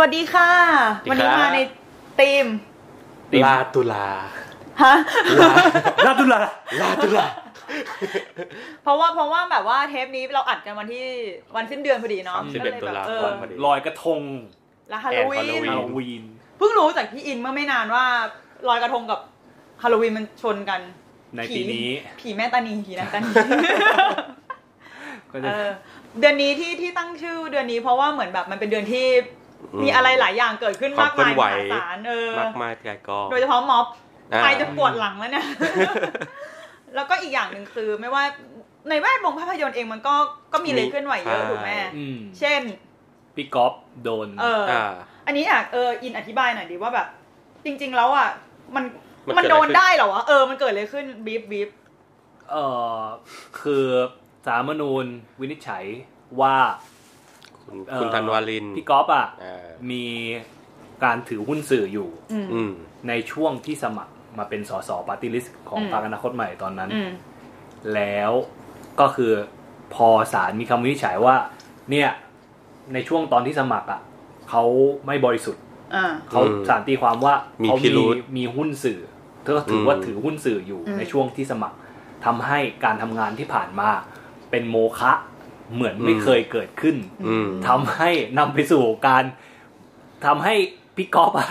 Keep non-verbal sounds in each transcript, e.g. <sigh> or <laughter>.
วัสดีค่ะ สวั วั สดี นี้ ครับ มาในธีม ติม ลาตุลา ฮะ ลาตุลาลาตุลา เพราะว่าเพราะว่าแบบว่าเทปนี้เราอัดกันวันที่วันสิ้นเดือนพอดีเนาะ สามสิบ ก็ เอ็ด เลยแบบ ตุลาคม เออ พอดี ลอยกระทง และฮาโลวี แอน น ฮาฮาโลวีโลวีน เพิ่งรู้จากพี่อินเมื่อไม่นานว่าลอยกระทงกับฮาโลวีนมันชนกัน ในปีนี้ ผีแม่ตานีผีนางตานี <laughs> ก็ เอ จะ อเดือนนี้ที่ที่ตั้งชื่อเดือนนี้เพราะว่าเหมือนแบบมันเป็นเดือนที่มีอะไรหลายอย่างเกิดขึ้นมาก คว มาย เคลื่อนไหว มหาศาลเออ มากมายไก่กอง โดยเฉพาะม็อบ อ่า ใครจะปวดหลังแล้ว <laughs> เนี่ย แล้วก็อีกอย่างหนึ่งคือไม่ว่าในแวดวงภาพยนตร์เองมันก็ก็มีอะไรเคลื่อนไหวเยอะถูกไหม อืม เช่น พี่ก๊อฟโดน เอออ อ่า อันนี้อยากเอออินอธิบายหน่อยดีว่าแบบ จริง ๆ แล้วอ่ะมัน มัน มัน เกิดอะไร โดน ขึ้น ได้เหรอวะเออมันเกิดอะไรขึ้นบีบบีบ เอ่อคือสาลรัฐธรรมนูญวินิจฉัยว่า คุณ เอ่อ คุณธันวาลิน พี่ก๊อฟอ่ะ อ่า มีการถือหุ้นสื่ออยู่ อืม อืม ในช่วงที่สมัครมาเป็นสสปาร์ตี้ลิสต์ของ อืม พรรคอนาคตใหม่ตอนนั้น อืม แล้วก็คือพอศาลมีคำวินิจฉัยว่า เนี่ย ในช่วงตอนที่สมัครอ่ะเขาไม่บริสุทธิ์ อ่า เขา อืม ศาลตีความว่า มี เขา พิรุธ มีหุ้นสื่อเธอก็ถืออ ม ว่าถือหุ้นสื่ออยู่ อืม ในช่วงที่สมัครทำให้การทำงานที่ผ่านมา เป็นโมฆะเหมือนไม่เคยเกิดขึ้น อืม ทำให้นำไปสู่การทำให้พี่ก๊อฟอะ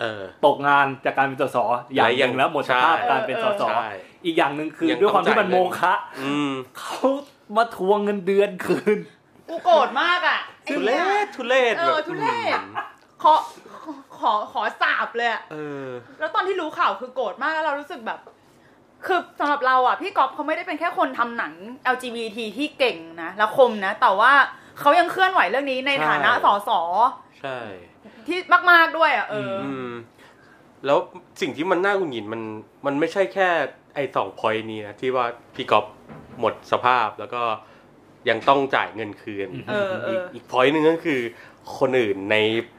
เออ ตกงานจากการเป็นสสอย่างหนึ่งแล้วหมดสภาพการเป็นสส ใช่ อีกอย่างหนึ่งคือ ยัง ด้วยความที่มัน ต้องจ่ายเงินโมฆะ อืม เขามาทวงเงินเดือนคืน กูโกรธมากอ่ะไอ้ ทุเล เนี่ย ศทุเลศ เอ แบบ อทุเรศ อืม ขอขอขอสาบเลยอะ เออ แล้วตอนที่รู้ข่าวคือโกรธมากแล้วเรารู้สึกแบบ คือสำหรับเราอ่ะ พี่ก๊อฟเขาไม่ได้เป็นแค่คนทำหนัง LGBT ที่เก่งนะและคมนะ แต่ว่าเขายังเคลื่อนไหวเรื่องนี้ใน ใช่ ฐานะสส ใช่ ที่มากๆด้วยอ่ะเอออ อืมแล้วสิ่งที่มันน่าหงุดหงิดมันมันไม่ใช่แค่ไอ้สองพอยนี้นะที่ว่าพี่ก๊อฟหมดสภาพแล้วก็ยังต้องจ่ายเงินคืน เออเอ อีก อ อีกพอยต์หนึ่งก็คือ คนอื่นใน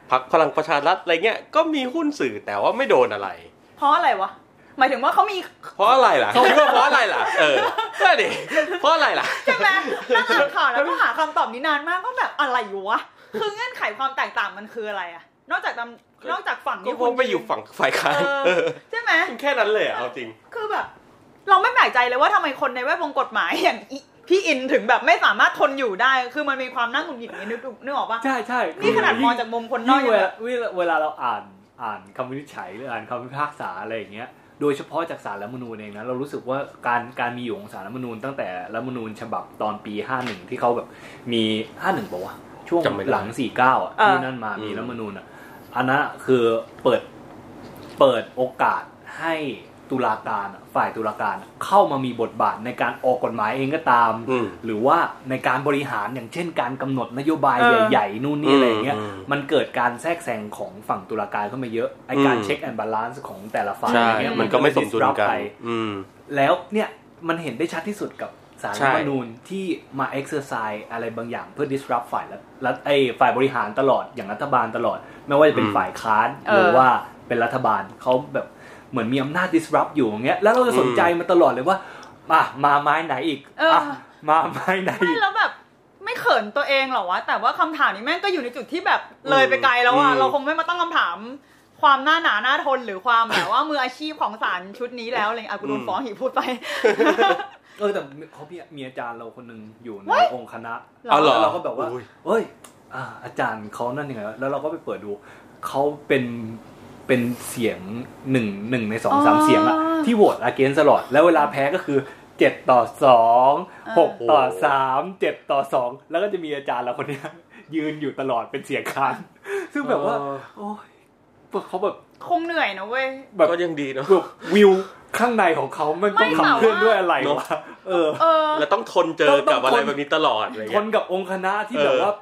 พักพลังประชารัฐอะไรเงี้ยก็มีหุ้นสื่อแต่ว่าไม่โดนอะไร เพราะอะไรวะ หมายถึงว่าเขามี เพราะอะไรล่ะคิด <laughs> ว่าเพราะอะไรล่ะ เออนั่นดิเพราะอะไรล่ะ ใช่ไหม <laughs> นั่งอ่านข่าวแล้วก็หาคำตอบนี้นานมากว่าแบบอะไรวะ คือเงื่อนไขความแตกต่างมันคืออะไรอ่ะ นอกจากตำนอกจากฝั่ง ก็ ที่ เพ คุณ ราะไปอยู่ฝั่งฝ่ายค้าน เอ เอ อ อ ใช่ไหม แค่นั้นเลยอะเอาจริง คือแบบ เราไม่แปลกใจเลยว่าทำไมคนในแวดวงกฎหมายอย่างอิพี่อินถึงแบบไม่สามารถทนอยู่ได้ คือมันมีความน่าหงุดหงิดอย่างนี้นึกนึกออกปะ ใช่ใช่ นี่ขนาดมองจากมุมคนนอก ยิ่ง ยัง เว แบ ลา บ เวลาเราอ่านอ่านคำวินิจฉัยหรืออ่านคำพิพากษาอะไรอย่างเงี้ย โดยเฉพาะจากสารรัฐธรรมนูญเองนะเรารู้สึกว่าการการมีอยู่ของสารรัฐธรรมนูญตั้งแต่รัฐธรรมนูญฉบับตอนปี 51 ที่เขาแบบมี 51ป่าวะช่วง จำไม่ได้ หลัง 49 อ่ะที่นั่นมา เออ มีรัฐธรรมนูญอ่ะอันนั้นอะคือเปิดเปิดโอกาสให้ตุลาการอะฝ่ายตุลาการอะเข้ามามีบทบาทในการออกกฎหมายเองก็ตาม อืม หรือว่าในการบริหารอย่างเช่นการกำหนดนโยบาย เออ ใหญ่ๆ นู่นนี่อะไรอย่างเงี้ย อืมอืม มันเกิดการแทรกแซงของฝั่งตุลาการเข้ามาเยอะไอการ อืม เช็คแอนด์บาลานซ์ของแต่ละฝ่าย ใช่ อะไรเงี้ย มันก็ไม่สมดุลกัน ไป อืม แล้วเนี่ย มันเห็นได้ชัดที่สุดกับสาร ใช่ รัฐธรรมนูญที่มาเอ็กซ์เซอร์ไซส์อะไรบางอย่างเพื่อ disrupt ฝ่ายรัฐรัฐไอฝ่ายบริหารตลอดอย่างรัฐบาลตลอด ไม่ว่าจะเป็นฝ่ายค้าน เออ หรือว่าเป็นรัฐบาลเขาแบบเหมือนมีอำนาจ disrupt อยู่อย่างเงี้ยแล้วเราจะสนใจมาตลอดเลยว่ามามาไม้ไหนอีกอ่ะมาไม้ไหนอี ไม่ ก แล้วแบบไม่เขินตัวเองเหรอวะ แต่ว่าคำถามนี้แม่งก็อยู่ในจุดที่แบบเลยไปไกลแล้วอะ อืม เราคงไม่มาตั้งคำถาม ความหน้าหนาหน้าทนหรือความแบบว่ามืออาชีพของศาลชุดนี้แล้วอะไรอย่างเงี้ยอ่ะกูโดนฟ้องหีกพูดไป เออแต่เขาพี่มีอาจารย์เราคนหนึ่งอยู่ใน What? องค์คณะ หร เอาเหรอ แล้วเราก็แบบว่า อุ๊ย เอ้ยอ่าอาจารย์เขานั่นยังไงวะแล้วเราก็ไปเปิดดูเขาเป็นเป็นเสียงหนึ่งหนึ่งในสองสาม อ๋อ เสียงอะที่โหวตอาเกนตลอด แล้วเวลาแพ้ก็คือเจ็ดต่อสอง อ่า หกต่อสามเจ็ดต่อสองแล้วก็จะมีอาจารย์เราคนเนี้ย <laughs> ยืนอยู่ตลอดเป็นเสียงค้านซึ่งแบบว่า เออ โอ้ยเขาแบบ คงเหนื่อยนะเว้ย แบบ ก็ยังดีเนาะ แบบวิวข้างในของเขามันต้อง ไม่แต่ว่า ทำเคลื่อนด้วยอะไรวะเออ เออ แล้วต้องทนเจอกับอะไรแบบนี้ตลอดอะไร ท เงี้ น ย กับองค์คณะที่ เออ แบบว่า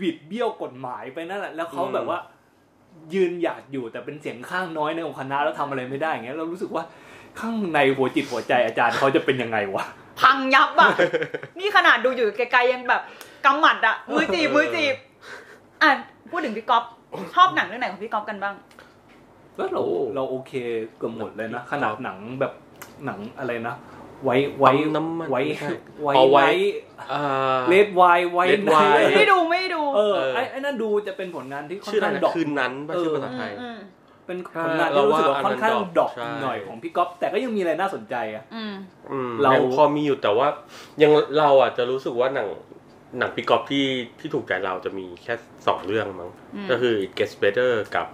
บิดเบี้ยวกฎหมายไปนั่นแหละแล้วเขา อืม แบบว่า ยืนหยาดอยู่แต่เป็นเสียงข้างน้อยในองค์คณะแล้วทำอะไรไม่ได้อย่างเงี้ยเรารู้สึกว่าข้างในหัวจิตหัวใจอาจารย์เขาจะเป็นยังไงวะ พังยับอ่ะ นี่ขนาดดูอยู่ไกลๆยังแบบกำหมัดอ่ะ มือจีบมือจีบ อ่ะ พูดถึงพี่ก๊อฟชอบหนังเรื่องไหนของพี่ก๊อฟกันบ้าง แล้วเรา โอ้ เราโอเคเกือบหมดเลยนะ ขนาด ครับ หนังแบบหนังอะไรนะ ไว้ไว้ น้ำมัน ไว้ ไม่ใช่ ไว้ เอาไว้ ไว้ อ่า เลดไวไว้ Red ไว้ Wine ไม่ดูไม่ดู เออ เออ ไอ้ไอ้นั่นดูจะเป็นผลงานที่ค่อน ชื่ออะไร ข้าง นะ ดอก คืนนั้นป่ะ เออ ชื่อภาษาไทย อืม เป็นผลงานที่รู้สึกว่าค่อนข้างดอกหน่อยของพี่ก๊อฟแต่ก็ยังมีอะไรน่าสนใจอะ อืม อืม เรายั งพอมีอยู่แต่ว่ายังเราอ่ะจะรู้สึกว่าหนังหนังปิกอปที่ที่ถูกใจเราจะมีแค่สองเรื่องมั้ง อืม ก็คือ It Gets Better กับ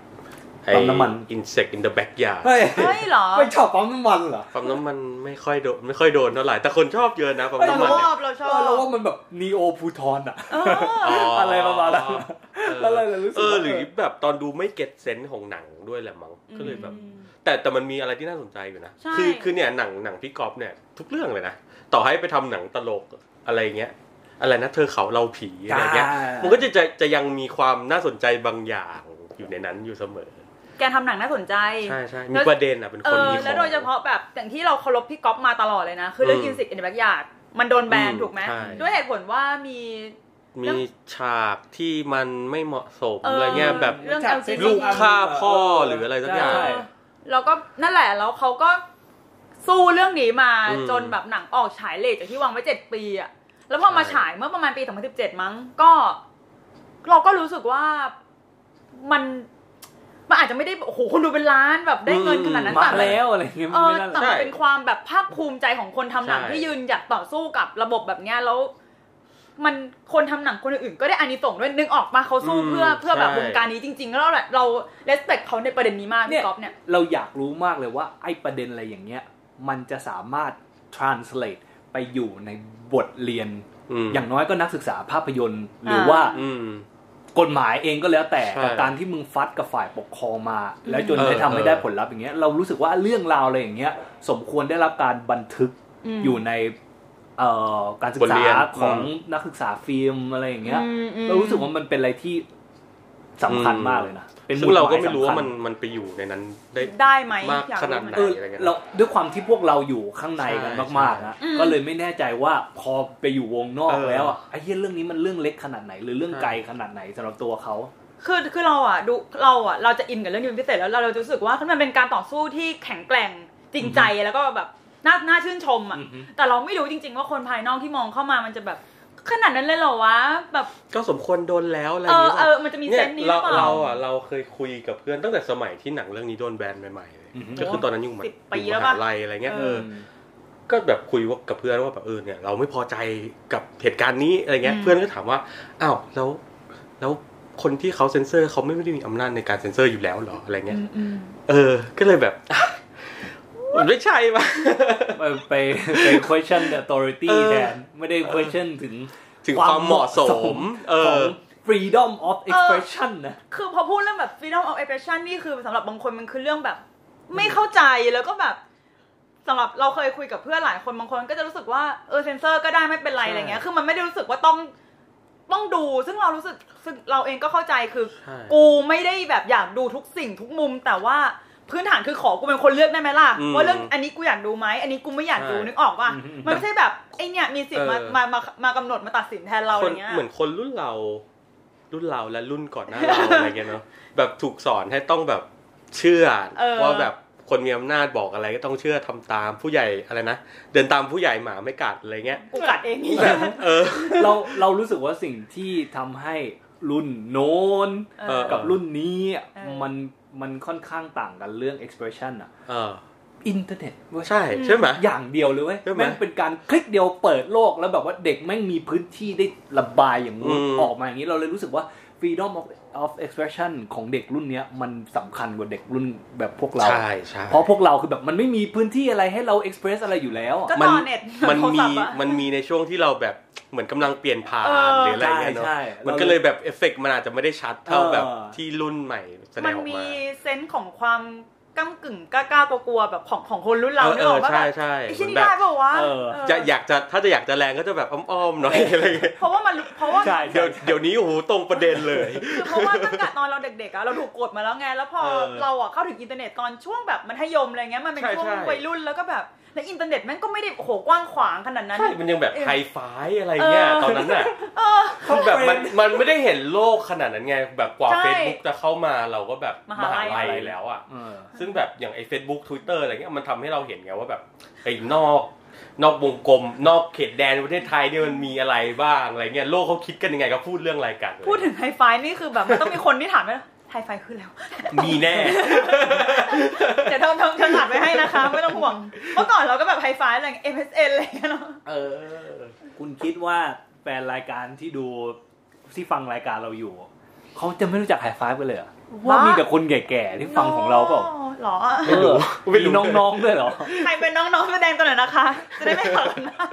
ไอ้ ปั๊มน้ำมัน Insect in the Backyard เฮ้ย เฮ้ยเหรอ ไปชอบปั๊มน้ำมันเหรอ ปั๊มน้ำมันไม่ค่อยโดนไม่ค่อยโดนเท่าไหร่แต่คนชอบเยอะนะปั๊ม เรา น้ำมัน ช เนี่ย อบเราชอ เออเรา บ ว่ามันแบบนีโอพูทอนอะ เออ อะไรประมาณนั้นแล้วเรารู้สึก เออว่าหรือแบบตอนดูไม่เก็ตเซนส์ของหนังด้วยแหละมั้งก็เลยแบบ แต่แต่มันมีอะไรที่น่าสนใจอยู่นะ ใช่ คือคือเนี่ยหนังหนังพี่กอฟเนี่ยทุกเรื่องเลยนะ ต่อให้ไปทำหนังตลกอะไรเงี้ย อะไรนะเธอเขาเราผีอะไรเงี้ย อ่ามั มันก็จะจะจะยังมีความน่าสนใจบางอย่างอยู่ในนั้นอยู่เสมอ แกทำหนังน่าสนใจ ใช่ใช่ แล้ มี ว ประเด็นอ่ะเป็น เอ คน อ มีของ แล้วโดยเฉพาะแบบอย่างที่เราเคารพพี่ก๊อฟมาตลอดเลยนะ คือเรื่อง อืม กินสิกอินแบ็กยาดมันโดนแบน อืม ถูกไหม ใช่ ด้วยเหตุผลว่ามี เรื่องมีฉากที่มันไม่เหมาะสมอะไรเงี้ยแบบ เรื่อง LGBT ลูกฆ่าพ่อหรืออะไรสักอย่าง ใช่ แล้วก็นั่นแหละแล้วเขาก็สู้เรื่องนี้มา อืม จนแบบหนังออกฉายเลทจากที่วางไว้เจ็ดปีอะแล้วพอมา ใช่ ฉายเมื่อประมาณปีสองพันสิบเจ็ดมั้งก็เราก็รู้สึกว่ามันมันอาจจะไม่ได้โอ้โหคนดูเป็นล้านแบบได้เงินขนาดนั้น มา แต่ แล้วอะไรเงี้ย เอ ไม่ อ น่า แต่ รัก มันเป็นความแบบภาคภูมิใจของคนทำหนัง ใช่ ที่ยืนหยัดต่อสู้กับระบบแบบเนี้ยแล้ว มันคนทำหนังคนอื่นๆก็ได้อานิสงส์ด้วยนึกออกมาเขาสู้เพื่อเพื่อแบบวงการนี้จริง ๆ แล้วเราเราเลสเปคเขาในประเด็นนี้มาก เนี่ย พี่ก๊อฟเนี่ย เราอยากรู้มากเลยว่าไอ้ประเด็นอะไรอย่างเงี้ย มันจะสามารถ translate ไปอยู่ในบทเรียน อืม อย่างน้อยก็นักศึกษาภาพยนตร์ หรือ อ่า ว่า อืม กฎหมายเองก็แล้วแต่ ใช่ กับการที่มึงฟัดกับฝ่ายปกครองมา แล้วจน เออ ได้ทำไม่ได้ เออ ผลลัพธ์อย่างเงี้ยเรารู้สึกว่าเรื่องราวอะไรอย่างเงี้ย สมควรได้รับการบันทึก ม อยู่ในเอ่อการศึก บทเรี ษาย น ของ อืม นักศึกษาฟิล์มอะไรอย่างเงี้ย อืมอืม เรารู้สึกว่ามันเป็นอะไรที่สำคัญมากเลยนะ เป็น ซึ่งเราก็ไม่รู้ว่า ห มัน ยสำคัญ มันไปอยู่ในนั้นได้ ได้ไหม มาก อย ขนาดไหน รู้ เออ อะไรเงี้ย เราด้วยความที่พวกเราอยู่ข้างในกัน ใช่ มากๆนะ อืม ก็เลยไม่แน่ใจว่าพอไปอยู่วงนอก เออ แล้วอะไอ้เรื่องเรื่องนี้มันเรื่องเล็กขนาดไหน หรือเรื่อง ใช่ ไกลขนาดไหนสำหรับตัวเขา คือคือเราอ่ะดูเราอ่ะเราจะอินกับเรื่องนี้เป็นพิเศษแล้วเราเราจะรู้สึกว่ามันเป็นการต่อสู้ที่แข็งแกร่งจริงใจแล้วก็แบบน่าน่าชื่นชมอ่ะ อือฮึ แต่เราไม่รู้จริง ๆ ว่าคนภายนอกที่มองเข้ามามันจะแบบขนาดนั้นเลยเหรอวะแบบ ก็สมควรโดนแล้วอะไรอ เอย่าง อ เงี้ย เออ มันจะมี เนี่ เซ ย นส์นี้ห เรา รือเปล่า เราอ่ะเราเคยคุยกับเพื่อนตั้งแต่สมัยที่หนังเรื่องนี้โดนแบนใหม่ๆเลย อือฮึ ก็คือตอนนั้นอยู่ม สิบปี อยู่ แล้วมหา ปะ ลัยอะไรเงี้ย เอ เออก็แบบคุยว่ากับเพื่อนว่าแบบเออเนี่ยเราไม่พอใจกับเหตุการณ์นี้อะไรเงี้ย อืม เพื่อนก็ถามว่าอ้าวแล้วแล้วคนที่เขาเซ็นเซอร์เขาไม่ได้มีอำนาจในการเซ็นเซอร์อยู่แล้วเหรออะไรเงี้ย อืม เออ ก็เลยแบบ <laughs> มันไม่ใช่ปะ ไปไปไป question the authority เออ แทนไม่ได้ question ถึง ถึงความเหมาะสม เอ ขอ อ ง freedom of expression นะ คือพอพูดเรื่องแบบ freedom of expression นี่คือสำหรับบางคนมันคือเรื่องแบบ ไม่เข้าใจแล้วก็แบบสำหรับเราเคยคุยกับเพื่อนหลายคนบางคนก็จะรู้สึกว่าเออเซนเซอร์ก็ได้ไม่เป็นไร ใช่ อะไรเงี้ย คือมันไม่ได้รู้สึกว่าต้องต้องดู ซึ่งเรารู้สึกซึ่งเราเองก็เข้าใจคือ ใช่ กูไม่ได้แบบอยากดูทุกสิ่งทุกมุม แต่ว่าพื้นฐานคือขอกูเป็นคนเลือกได้ไหมล่ะ อืม ว่าเรื่องอันนี้กูอยากดูไหมอันนี้กูไม่อยากดู ใช่ นึกออกป่ะ อืม มันไม่ใช่แบบไอเนี่ยมีสิทธิ์มา เออ มามามากำหนดมาตัดสินแทนเราอะ ค ไร น เงี้ย เหมือนคนรุ่นเรา รุ่นเราและรุ่นก่อนหน้าเรา <laughs> อะไรเงี้ยเนาะแบบถูกสอนให้ต้องแบบเชื่อ เออ ว่าแบบคนมีอำนาจบอกอะไรก็ต้องเชื่อทำตามผู้ใหญ่อะไรนะเดินตามผู้ใหญ่หมาไม่กัดอะไรเงี้ย กูกัดเองนี่ เออ เราเรารู้สึกว่าสิ่งที่ทำให้รุ่นโน้น เออ กับรุ่นนี้อะ เออ มันมันค่อนข้างต่างกันเรื่อง expression อะ เออ อินเทอร์เน็ตเว้ย ใช่ใช่ไหม อย่างเดียวเลยเว้ย ใช่ไหม แม่งเป็นการคลิกเดียวเปิดโลกแล้วแบบว่าเด็กแม่งมีพื้นที่ได้ระบายอย่างงู้น อืม ออกมาอย่างนี้เราเลยรู้สึกว่า freedom of of expression ของเด็กรุ่นเนี้ยมันสำคัญกว่าเด็กรุ่นแบบพวกเรา ใช่ใช่ เพราะพวกเราคือแบบมันไม่มีพื้นที่อะไรให้เรา express อะไรอยู่แล้วอะ ก็ มั ต่อเน็ต มัน โทร มี ศัพท์อะ มันมีในช่วงที่เราแบบเหมือนกำลังเปลี่ยนผ่าน เออ หรืออะไรเงี้ยเนาะ ใช่ใช่ มันก็เลยแบบเอฟเฟกต์มันอาจจะไม่ได้ชัดเท่าแบบ เออ ที่รุ่นใหม่แสด มั ง น ออก มี มา เซนส์ของความก้ากึ่งกล้าๆกลัวๆแบบของของคนรุ่นเรานึกออกว่าแบ ใช่ บ ใช่ ไอ้ เห ชิ้นมือน นี้ แบบ ได้เปล่าวะ เออ เออ จะอยากจะถ้าจะอยากจะแรงก็จะแบบอ้อมๆหน่อย อะไรเงี้ย เพราะว่ามันเพราะว่า ใช่ เดี๋ยวเดี๋ยวนี้โอ้โหตรงประเด็นเลย คือเพราะว่าตั้งแต่ตอนเราเด็กๆอะเราถูกกดมาแล้วไง แล้วพอ เออ เราอะเข้าถึงอินเทอร์เน็ตตอนช่วงแบบมัธยมอะไรเงี้ยมันเป็น ใช่ ช่วง ใช่ วัยรุ่นแล้วก็แบบ และอินเทอร์เน็ตแม่งก็ไม่ได้โอ้โหกว้างขวางขนาดนั้น ใช่มันยังแบบ เออ ไฮไฟว์อะไรเงี้ย เออ ตอนนั้นน่ะ เออ คือแบบมันมันไม่ได้เห็นโลกขนาดนั้นไง แบบกว่า ใช่ เฟซบุ๊กจะเข้ามาเราก็แบบ มหาลัย แล้วอ่ะ เออ ซึ่งแบบอย่างไอ้ Facebook Twitter อะไรเงี้ยมันทำให้เราเห็นไงว่าแบบไอ้นอก นอกวงกลม นอกเขตแดนประเทศไทยเนี่ยมันมีอะไรบ้างอะไรเงี้ยโลกเขาคิดกันยังไงก็พูดเรื่องอะไรกัน พูดถึงไฮไฟนี่คือแบบมันต้องมีคนที่ถามว่าไฮไฟคือแล้ว มีแน่ เดี๋ยวทำทำทำตัดไว้ให้นะคะ ไม่ต้องห่วง เมื่อก่อนเราก็แบบไฮไฟอะไรอย่างเงี้ย MSN อะไรอย่างเงี้ยเนาะ เออ คุณคิดว่าแฟนรายการที่ดูที่ฟังรายการเราอยู่ เขาจะไม่รู้จักไฮไฟฟ์กันเลยเหรอ ว้า ว่ามีแต่คนแก่ๆที่ฟังของเราเปล่า หรอ ไม่รู้ไม่ มี รู้ น้องๆด้วยเหรอ ใครเป็นน้องๆแสดงตัวหน่อยนะคะ จะได้ไม่ขัดกันมาก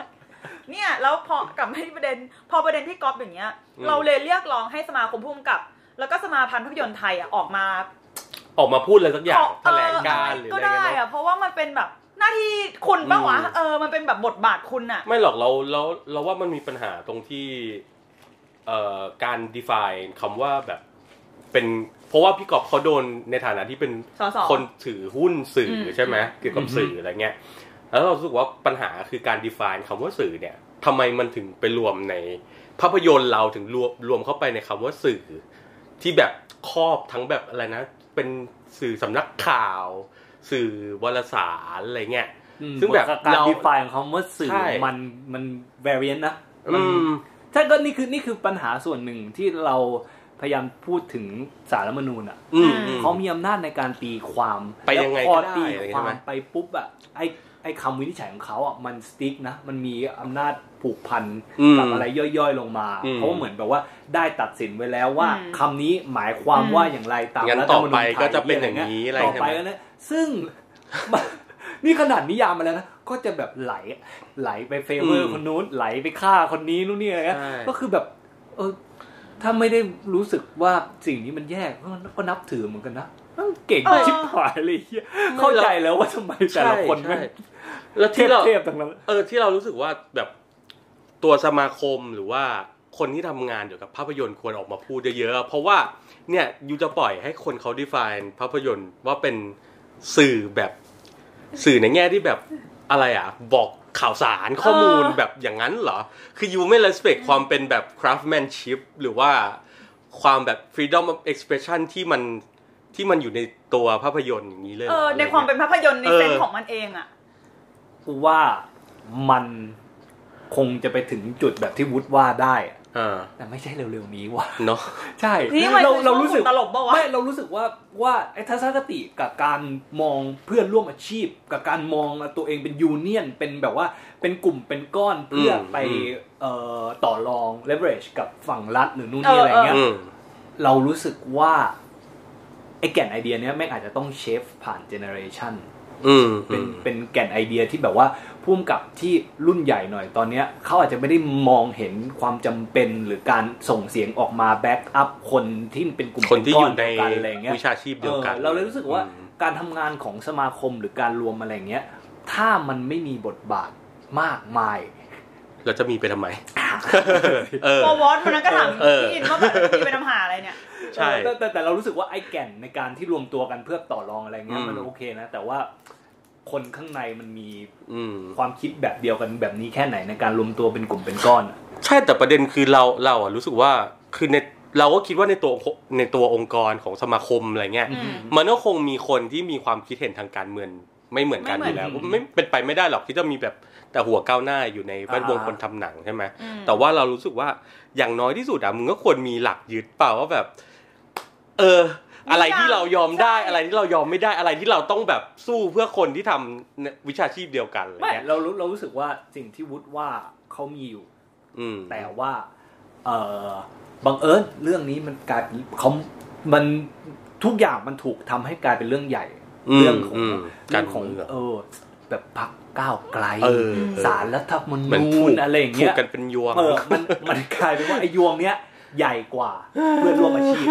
เนี่ยแล้วพอกลับมาที่ประเด็น พอประเด็นที่กอล์ฟอย่างเงี้ย อืม เราเลยเรียกร้องให้สมาคมผู้กำกับ แล้วก็สมาพันธ์ภาพยนตร์ไทยอ่ะออกมา ออกมาพูดอะไรสักอย่าง ขอ แถลงการณ์หรือ ก็ อะไร ได้ เงี้ยเนอะ อ่ะเพราะว่ามันเป็นแบบหน้าที่คุณปะวะ อืม เออมันเป็นแบบบทบาทคุณอ่ะ ไม่หรอกเราเราเราว่ามันมีปัญหาตรงที่เอ่อการ define คำว่าแบบเป็นเพราะว่าพี่กอบเขาโดนในฐานะที่เป็น สส คนถือหุ้นสื่ออ ม ใช่ไหมเกี่ยวกับ อืม สื่ออะไรเงี้ย แล้วเรารู้สึกว่าปัญหาคือการ define คำว่าสื่อเนี่ยทำไมมันถึงไปรวมในภาพยนตร์เราถึงรวมรวมเข้าไปในคำว่าสื่อ ที่แบบครอบทั้งแบบอะไรนะ เป็นสื่อสำนักข่าว สื่อวารสารอะไรเงี้ย อืม ซึ่งแบบ การ เรา ดีไฟของคำว่าสื่อ ใช่ มันมัน v a r i a n t นะ อืม ใช่ก็นี่คือนี่คือปัญหาส่วนหนึ่งที่เราพยายามพูดถึงสารรัฐธรรมนูญอ่ะ อืม เขามีอำนาจในการตีความ ไปยังไง แล้วพอ ก็ได้ ตี อะไร ค ใช่ วาม ไหม ไปปุ๊บอ่ะไอไอคำวินิจฉัยของเขาอ่ะมันสติ๊กนะมันมีอำนาจผูกพัน อืม กับอะไรย่อยๆลงมา อืม เพราะว่าเหมือนแบบว่าได้ตัดสินไว้แล้วว่า อืม คำนี้หมายความ อืม ว่าอย่างไรตาม งั้น รัฐธรรมนูญ ต่อไป ไทย ก็จะเป็นอย่างนี้อะไร ต่อ ใช่ไหม ไปก็นะซึ่ง <laughs> นี่ขนาดนิยามมาแล้วนะก็จะแบบไหลไหลไปเฟเวอร์คนนู้นไหลไปฆ่าคนนี้นู่นนี่อะไรเงี้ย ใช่ ก็คือแบบเออถ้าไม่ได้รู้สึกว่าสิ่งนี้มันแย่ก็ก็นับถือเหมือนกันนะเก่ง เออ ชิบหายเลยเหี้ยเข้าใจแล้วว่าทำไมแต่ละคน ใช่ แม่ง ใช่แล้ว เท ที่ พ เรา เทพทั้งนั้น เออที่เรารู้สึกว่าแบบตัวสมาคมหรือว่าคนที่ทำงานเกี่ยวกับภาพยนตร์ควรออกมาพูดเยอะๆเพราะว่าเนี่ยยูจะปล่อยให้คนเขา define ภาพยนตร์ว่าเป็นสื่อแบบสื่อในแง่ที่แบบอะไรอ่ะ บอกข่าวสารข้อมูล เออ แบบอย่างนั้นเหรอ คือยูไม่ respect ความเป็นแบบ craftsmanship หรือว่าความแบบ freedom of expression ที่มันที่มันอยู่ในตัวภาพยนตร์อย่างนี้เลยหร เออ อะไร ใน งี้ย ความเป็นภาพยนตร์ใน เออ เซนส์ของมันเองอ่ะ กูว่ามันคงจะไปถึงจุดแบบที่วุฒิว่าได้อะ อ่า แต่ไม่ใช่เร็วๆนี้ว่ะ เนาะ ใช่ นี่มัน เรา คือ เรารู้สึก ตลกปะวะ ไม่เรารู้สึกว่าว่าไอ้ทัศนคติกับการมองเพื่อนร่วมอาชีพ กับการมองตัวเองเป็นยูเนียน เป็นแบบว่าเป็นกลุ่มเป็นก้อนเพื่ออ ม ไป อืม เอ่อต่อรอง leverage กับฝั่งรัฐหรือนู่นนี่อะไรเงี้ย อืม เรารู้สึกว่าไอ้แก่นไอเดียเนี้ยแม่งอาจจะต้องเชฟผ่านเจเนอเรชัน อืม เป็ อื น ม เป็นแก่นไอเดียที่แบบว่าพุ่มกับที่รุ่นใหญ่หน่อยตอนเนี้ยเขาอาจจะไม่ได้มองเห็นความจำเป็นหรือการส่งเสียงออกมาแบ็กอัพคนที่เป็นกลุ่ม คนที่ เป็ อน ยู่ใน ก้อนเดียวกันอะไรเงี้ย วิชาชีพเดียวกัน เออเราเลยรู้สึกว่า อืม การทำงานของสมาคมหรือการรวมอะไรเงี้ย ถ้ามันไม่มีบทบาทมากมาย เราจะมีไปทำไม เออ วอวอตวันนั้นก็ถาม เออ พี่อินว่าแบบมีเป็นปัญหาอะไรเนี่ย ใช่ เออแต่แต่แต่เรารู้สึกว่าไอ้แก่นในการที่รวมตัวกันเพื่อต่อรองอะไรเงี้ย อืม มันโอเคนะ แต่ว่าคนข้างในมันมี อืม ความคิดแบบเดียวกันแบบนี้แค่ไหนในการรวมตัวเป็นกลุ่มเป็นก้อนอะ ใช่แต่ประเด็นคือเราเราอ่ะรู้สึกว่าคือในเราก็คิดว่าในตัวในตัวองค์กรของสมาคมอะไรเงี้ย อืม มันก็คงมีคนที่มีความคิดเห็นทางการเมืองไม่เหมือนกัน ไม่ อ เหมือน ยู่แล้วไม่เป็นไปไม่ได้หรอกที่จะมีแบบแต่หัวก้าวหน้าอยู่ในแวดวง อ่า คนทำหนังใช่ไหม อืม แต่ว่าเรารู้สึกว่าอย่างน้อยที่สุดอะมึงก็ควรมีหลักยึดเปล่าว่าแบบ เออ อะไรที่เรายอมได้ ใช่ อะไรที่เรายอมไม่ได้อะไรที่เราต้องแบบสู้เพื่อคนที่ทำวิชาชีพเดียวกันอะไร ไม่ เงี้ย เรารู้เรารู้สึกว่าสิ่งที่วุฒิว่าเขามีอยู่ อืม แต่ว่าเออบังเอิญเรื่องนี้มันกลายเป็นเขามันทุกอย่างมันถูกทำให้กลายเป็นเรื่องใหญ่ อืม เรื่องของ อืม เรื่องของ การเมือง เออ แบบพักก้าวไกล เออ สารรัฐธรรม เหมือน นู ถู ญ ก อะไรอย่าง ถู เงี้ ก ย กันเป็นยวง เออมันมันกลายเป็นว่าไอ้ยวงเนี้ยใหญ่กว่าเพื่อนร่วมอาชีพ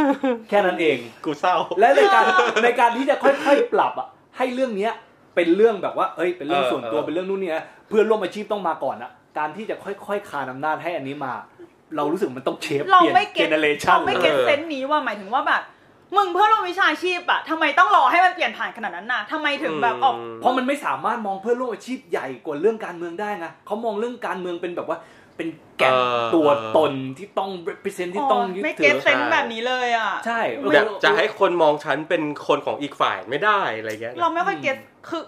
แค่นั้นเอง กูเศร้า และใน <laughs> การ ในการที่จะค่อยๆ ปรับอ่ะให้เรื่องเนี้ยเป็นเรื่องแบบว่า เอ้ยเป็นเรื่อง เออ ส่วนตัว เออ เป็นเรื่องนู่นนี่นะเพื่อนร่วมอาชีพต้องมาก่อนอ่ะการที่จะค่อยๆคานอำนาจให้อันนี้มา เรารู้สึกมันต้องเชฟ เรา เปลี่ยน ไม่เก็ เจ ต เนเรชั เรา น ไม่เก็ต เออ เซนส์นี้ว่าหมายถึงว่าแบบ มึงเพื่อร่วมวิชาชีพอะทำไมต้องรอให้มันเปลี่ยนผ่านขนาดนั้นน่ะทำไมถึงแบบออก อืม เพราะมันไม่สามารถมองเพื่อโลกอาชีพใหญ่กว่าเรื่องการเมืองได้นะเขามองเรื่องการเมืองเป็นแบบว่าเป็นแก่น เออ ตัวตนที่ต้อง represent ที่ต้องยึด ไม่ ถื เก็ต อ เซนส์แบบนี้เลยอ่ะ ใช่เออ แบบจะให้คนมองฉันเป็นคนของอีกฝ่ายไม่ได้อะไรเงี้ยนะ เราไม่ค่อยเก็ตคือ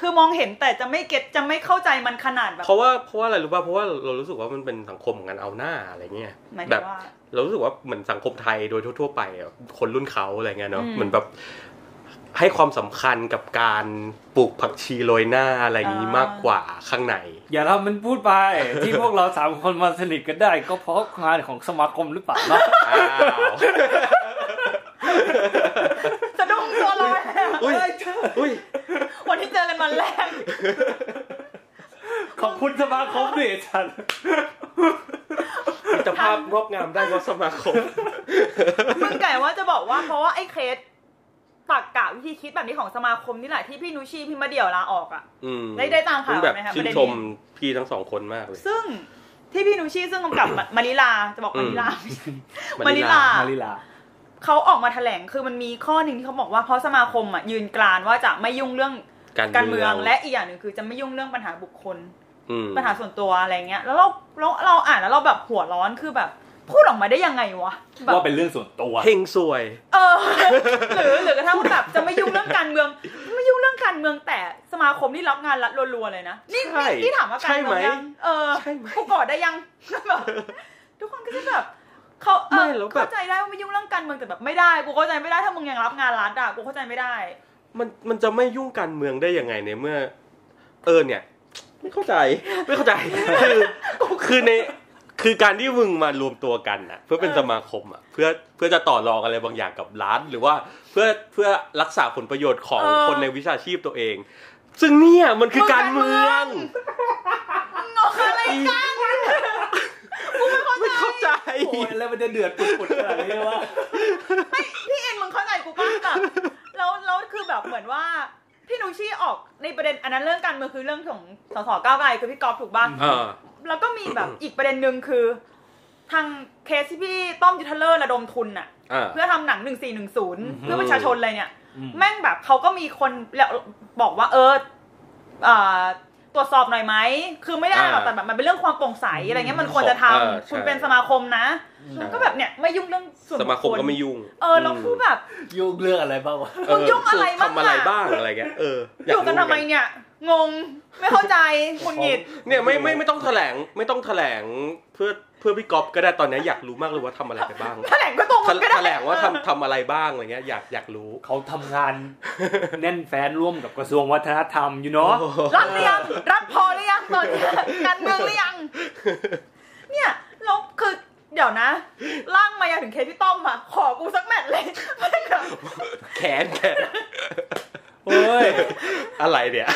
คือมองเห็นแต่จะไม่เก็ตจะไม่เข้าใจมันขนาดแบบ เพราะว่าเพราะว่าอะไรรู้ป่ะเพราะว่าเรารู้สึกว่ามันเป็นสังคมของการเอาหน้าอะไรเงี้ย หมายถึ แบ ง บ ว่า <laughs> เรารู้สึกว่าเหมือนสังคมไทยโดยทั่ว ๆ ไปอะคนรุ่นเขาอะไรเงี้ยเนาะ อืม เหมือนแบบให้ความสำคัญกับการปลูกผักชีโรยหน้าอะไรอย่างนี้มากกว่าข้างใน อย่าทำมันพูดไป ที่พวกเราสามคนมาสนิทกันได้ ก็เพราะงานของสมาคมหรือเปล่าเนาะ อ้าว สะดุ้งตัวลอย อุ้ยอุ้ย วันที่เจอกันวันแรก ขอบคุณสมาคมด้วยฉัน มิตรภาพงอกงามได้เพราะสมาคม มึงไก่ว่าจะบอกว่าเพราะว่าไอ้เคสตากกะวิธีคิดแบบนี้ของสมาคมนี่แหละที่พี่นุชีพี่มาเดี่ยวลาออกอ่ะ อืม ได้ได้ตามข่าว ซึ่งแบบ ไหมคะปชื่ระ น เด็นนี้ ชมพี่ทั้งสองคนมากเลย ซึ่งที่พี่นุชีซึ่งกำกับมาริลาจะบอกมาริลา มาริลา มาริลา เขาออกมาแถลงคือมันมีข้อหนึ่งที่เขาบอกว่าเพราะสมาคมอ่ะยืนกรานว่าจะไม่ยุ่งเรื่องการเมืองและอีกอย่างหนึ่งคือจะไม่ยุ่งเรื่องปัญหาบุคคล อืม ปัญหาส่วนตัวอะไรเงี้ย แล้วเราเราเราอ่านแล้วเราแบบหัวร้อนคือแบบ พูดออกมาได้ยังไงวะแบบ ว่าเป็นเรื่องส่วนตัว เพ่งซวย เออ <laughs> หรือหรือกระทั่งว่าแบบจะไม่ยุ่งเรื่องการเมือง ไม่ยุ่งเรื่องการเมืองแต่สมาคมนี่รับงานรัดรัวๆเลยนะนี่ ใช่ นี่นี่ถามว่าการเมืองยัง ใช่ไหม เออ ใช่ไหม กูกอดได้ยังแบบทุกคนก็จะแบบเขาเอ ไม่ อ แล้วแบบ เข้าใจได้ว่าไม่ยุ่งเรื่องการเมืองแต่แบบไม่ได้กูเข้าใจไม่ได้ถ้ามึงยังรับงานรัดอ่ะกูเข้าใจไม่ได้ มันมันจะไม่ยุ่งการเมืองได้ยังไงในเมื่อ เออเนี่ย ไม่เข้าใจ ไม่เข้าใจ คือคือในคือการที่มึงมารวมตัวกันน่ะ เพื่อเป็น เออ สมาคมอ่ะเพื่อเพื่อจะต่อรองอะไรบางอย่างกับร้าน หรือว่าเพื่อเพื่อรักษาผลประโยชน์ของคนในวิชาชีพตัวเอง ซึ่งเนี่ยมันคือการเมือง งงอะไรกัน ไม่เข้าใจ โอ้ยแล้วมันจะเดือดปุดๆขนาดนี้เลยวะ พี่เอ็นมึงเข้าใจกูป่ะแบบแล้วแล้วคือแบบเหมือนว่า พี่นุชี่ออกในประเด็นอันนั้นเรื่องการเมืองคือเรื่องของสสก้าวไกลคือพี่กอฟถูกป่ะ อืม เออ แล้วก็มีแบบ อีกประเด็นหนึ่งคือ ทางเคสที่พี่ต้อมยุทธเลอร์ระดมทุนอะ อ่า เพื่อทำหนังหนึ่งสี่หนึ่งศูนย์เพื่อประชาชนอะไรเนี่ย อืม แม่งแบบเขาก็มีคนแล้วบอกว่าเออเอ่อตรวจสอบหน่อยไหมคือไม่ได้หรอก อ่า แต่แบบมันเป็นเรื่องความโปร่งใสอะไรเงี้ยมันควรจะทำ เออใช่ คุณเป็นสมาคมนะคุณก็แบบเนี่ยไม่ยุ่งเรื่องส่วน ส บุคคล มาคมก็ไม่ยุ่ง เออแล้วคือแบบ ยุ่งเรื่องอะไรบ้างวะ เออ มึงยุ่งอะไรบ้างอะ ทำอะไรบ้างอะไรเงี้ยเออ อ อา ยู่ รู้ กันทำไม เหอ เนี่ย งงไม่เข้าใจคุณหงิด เนี่ยไม่ไม่ไม่ต้องแถลงไม่ต้องแถลงเพื่อเพื่อพี่ก๊อฟก็ได้ตอนนี้อยากรู้มากเลยว่าทำอะไรไปบ้าง แถลงก็ตรง แถ กันก็ได้ แถลงว่าทำทำอะไรบ้างอะไรเงี้ยอยากอยากรู้ เขาทำงาน แน่นแฟนร่วมกับกระทรวงวัฒนธรรมอยู่เนาะ รัดหรือยังรัดพอหรือยังตอนนี้การเมืองหรือยัง เนี่ยแล้วคือเดี๋ยวนะล่างมายังถึงเคสพี่ต้อมอ่ะขอกูสักแมตช์เลยไม่แบบ แขนแขน โอ้ย อะไรเนี่ย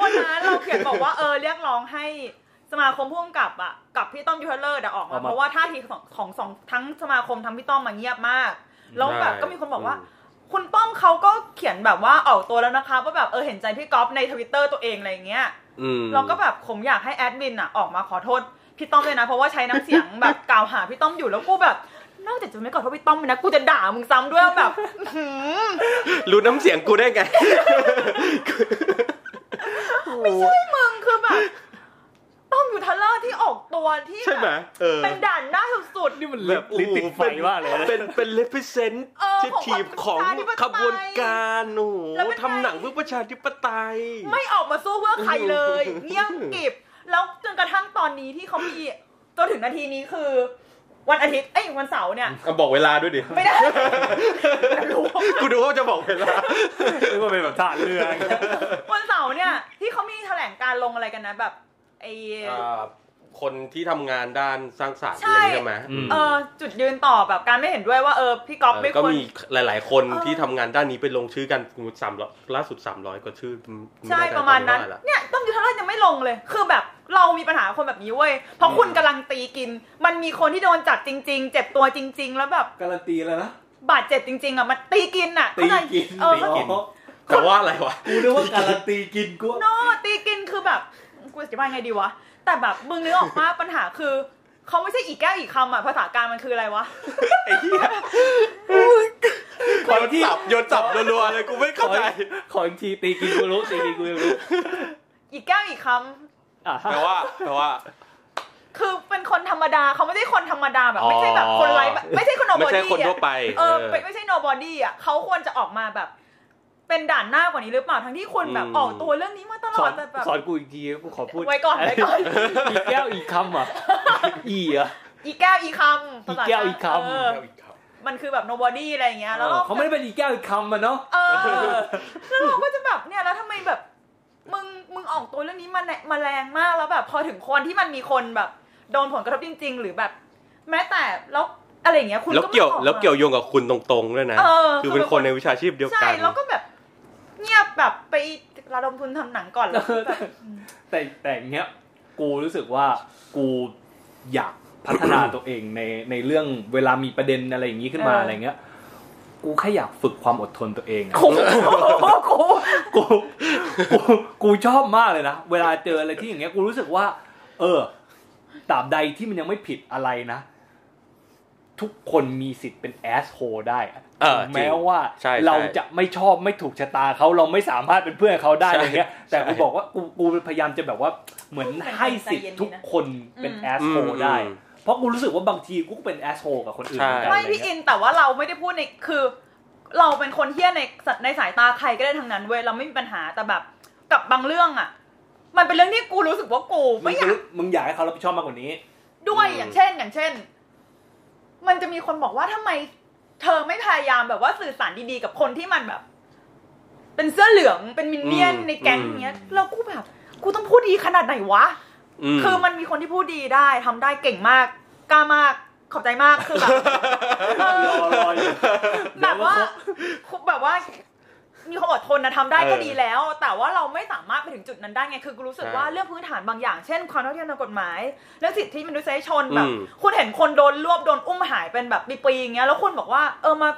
วันนั้นเราเขียนบอกว่าเออเรียกร้องให้สมาคมพ่วงกับอ่ะกับพี่ต้อมยูเทเลอร์อะออก อ มา อกมา เพราะว่าท่าทีของของสองทั้งสมาคมทั้งพี่ต้อมมาเงียบมากแล้วแบบก็มีคนบอกว่า คุณต้อมเขาก็เขียนแบบว่าออกตัวแล้วนะคะว่าแบบเออเห็นใจพี่ก๊อฟในทวิตเตอร์ตัวเองอะไรอย่างเงี้ย อืม เราก็แบบผมอยากให้แอดมินอ่ะออกมาขอโทษพี่ต้อมเลยนะ เพราะว่าใช้น้ำเสียงแบบกล่าวหาพี่ต้อมอยู่แล้วกูแบบ นอกจากจะไม่ขอโทษพี่ต้อมนะกูจะด่ามึงซ้ำด้วยว่าแบบหืม รู้น้ำเสียงกูได้ไง ไม่ใช่มึงคือแบบต้อมอยู่ทัลเลอร์ที่ออกตัวที่ ใช่ไหม แบบ เออ เป็นด่านหน้าสุด นี่มันลิปลิปติดไฟมากเลยนะ เป็นเป็น represent เออของ ทีมของ ประชาธิปไตย ขบวนการโอ้โห แล้วเป็นไง ทำหนังเพื่อประชาธิปไตย ๆ ไม่ออกมาสู้เพื่อใครเลย เงียบกริบแล้วจนกระทั่งตอนนี้ที่เขามีจนถึงนาทีนี้คือ วันอาทิตย์เอ้ยวันเสาร์เนี่ย อ่ะบอกเวลาด้วยดิ ไม่ได้ กูดูว่าจะบอกเวลา นึกว่าเป็นแบบท่าเรือ วันเสาร์เนี่ยที่เขามีแถลงการลงอะไรกันนะแบบไอ อ่าคนที่ทำงานด้านสร้างสรรค์ ใช่ อะไรอย่างนี้ใช่ไหม อืม เออจุดยืนต่อแบบการไม่เห็นด้วยว่าเออพี่ก๊อฟ เอ ไม่ อก็ ควร มีหลาย ๆ คน เออ ที่ทำงานด้านนี้ไปลงชื่อกันสามร้อยล่าสุดสามร้อยกว่าชื่อ ใช่ประมาณนั้น ไได้ตอละ เนี่ยต้องยุทธราชยังไม่ลงเลย คือแบบเรามีปัญหากับคนแบบนี้เว้ยเพราะคุณกำลังตีกิน มันมีคนที่โดนจับจริง ๆ เจ็บตัวจริง ๆ แล้วแบบ การันตีแล้วนะ บาดเจ็บจริง ๆอ่ะมันตีกินอ่ะ ตี เข้าใจ กิน เออ ตีกิน แต่ว่าอะไรวะ กูนึกว่าการันตีกินกูว่า โนตีกินคือแบบกูจะว่าไงดีวะแต่แบบมึงนึกออกมาปัญหาคือ เขาไม่ใช่อีกแก้วอีกคำอ่ะภาษากลางมันคืออะไรวะ ไอ้เหี้ย ขอ โย อี น กที สับโยนสับรัวๆเลยกูไม่ ขอ เข้าใจ อีกขออีกทีตีกินกูรู้ตีกินกูรู้ อีกแก้วอีกค อ่ะ แปลว่าแปลว่า ำคือเป็นคนธรรมดาเขาไม่ใช่คนธรรมดาแบบไม่ใช่แบบ อ๋อ คนไร้แบบไม่ใช่คนโนบ ไม่ อ ใช่ ดี้ คนทั่วไป เออ เออ ไม่ไม่ใช่โนบอดี้อ่ะเขาควรจะออกมาแบบ เป็นด่านหน้ากว่านี้หรือเปล่าทั้งที่คุณแบบ อืม ออกตัวเรื่องนี้มาตล ส อ อ ด น แต่แบบ สอนกูอีกทีกูขอพูด ไว้ก่ <laughs> อนไว้ก่อน อีกแก้วอีกคำอ่ะอีอ่ะ อีกแก้วอีกคำ อีกแก้วอีกคำ เอมันคือแบบโนบอดี้อะไรอย่างเงี้ยแล้ว เอ ร อเขาไม่ได้เป็นอีกแก้วอีกคำมันเนาะ เออแล้วเราก็จะแบบเนี่ยแล้วทำไมแบบ มึงมึงออกตัวเรื่องนี้มาแนมาแรงมากแล้วแบบพอถึงคนที่มันมีคนแบบ โดนผลกระทบจริง ๆ หรือแบบ แม้แต่แล้วอะไรอย่างเงี้ยคุณ แล้ว ก็ไม่ เกี่ยว ออกมา แล้วเกี่ยวโยงกับคุณตรงๆด้วยนะ เออ คือเป็นคนในวิชาชีพเดียว ใช่ กัน แล้วก็แบบ เงียบแบบไประดมทุนทำหนังก่อนแล้วแบบ แต่แต่อย่างเงี้ยกูรู้สึกว่ากูอยากพัฒนาตัวเองในในเรื่องเวลามีประเด็นอะไรอย่างงี้ขึ้นมาอะไรเงี้ย กูแค่อยากฝึกความอดทนตัวเอง <laughs> อะโอ้โหกู กูกู <laughs> กูชอบมากเลยนะ เวลาเจออะไรที่อย่างเงี้ยกูรู้สึกว่า เออตราบใดที่มันยังไม่ผิดอะไรนะ ทุกคนมีสิทธิ์เป็นแอสโฮได้อะ เออ ถึงแม้ว่า ใช่ใช่ เราจะไม่ชอบไม่ถูกชะตาเขาเราไม่สามารถเป็นเพื่อนเขาได้ ใช่ อะไรเงี้ย แต่ ใช่ กูบอกว่ากูกูพยายามจะแบบว่า เหมือนให้สิทธิ์ทุกคนเป็นแอส อื โฮ ม ได้ เพราะกูรู้สึกว่าบางทีกูก็เป็นแอสโฮกับคนอื่นเหมือนกัน ไม่ อะไร พี่ เงี้ย อินแต่ว่าเราไม่ได้พูดในคือ เราเป็นคนเที่ยในในสายตาใครก็ได้ทั้งนั้นเว้ยเราไม่มีปัญหาแต่แบบกับบางเรื่องอ่ะ มันเป็นเรื่องที่กูรู้สึกว่ากู มึ ไม่ ง อยาก รู้มึงอยากให้เขารับผิดชอบมากกว่านี้ ด้วย อืม อย่างเช่น อย่างเช่น มันจะมีคนบอกว่าทำไม เธอไม่พยายามแบบว่าสื่อสารดีๆ กับคนที่มันแบบ เป็นเสื้อเหลืองเป็นมินเนี่ยน อืม ในแก๊ง อืม เนี้ยแล้วกูแบบ กูต้องพูดดีขนาดไหนวะ อืม คือมันมีคนที่พูดดีได้ทำได้เก่งมากกล้ามากขอบใจมากคือ <laughs> แบบ เอ ร อ อรออยู่ แบบว่าแบบว่า <laughs> มีความอดทนนะทำได้ก็ เออ ดีแล้ว แต่ว่าเราไม่สามารถไปถึงจุดนั้นได้ไงคือกูรู้สึก ใช่ ว่าเรื่องพื้นฐานบางอย่างเช่นความเท่าเทียมทางกฎหมายเรื่องสิทธิมนุษยชนแบบ อืม คุณเห็นคนโดนรวบโดนอุ้มหายเป็นแบบปีๆอย่างเงี้ยแล้วคุณบอกว่า เออมา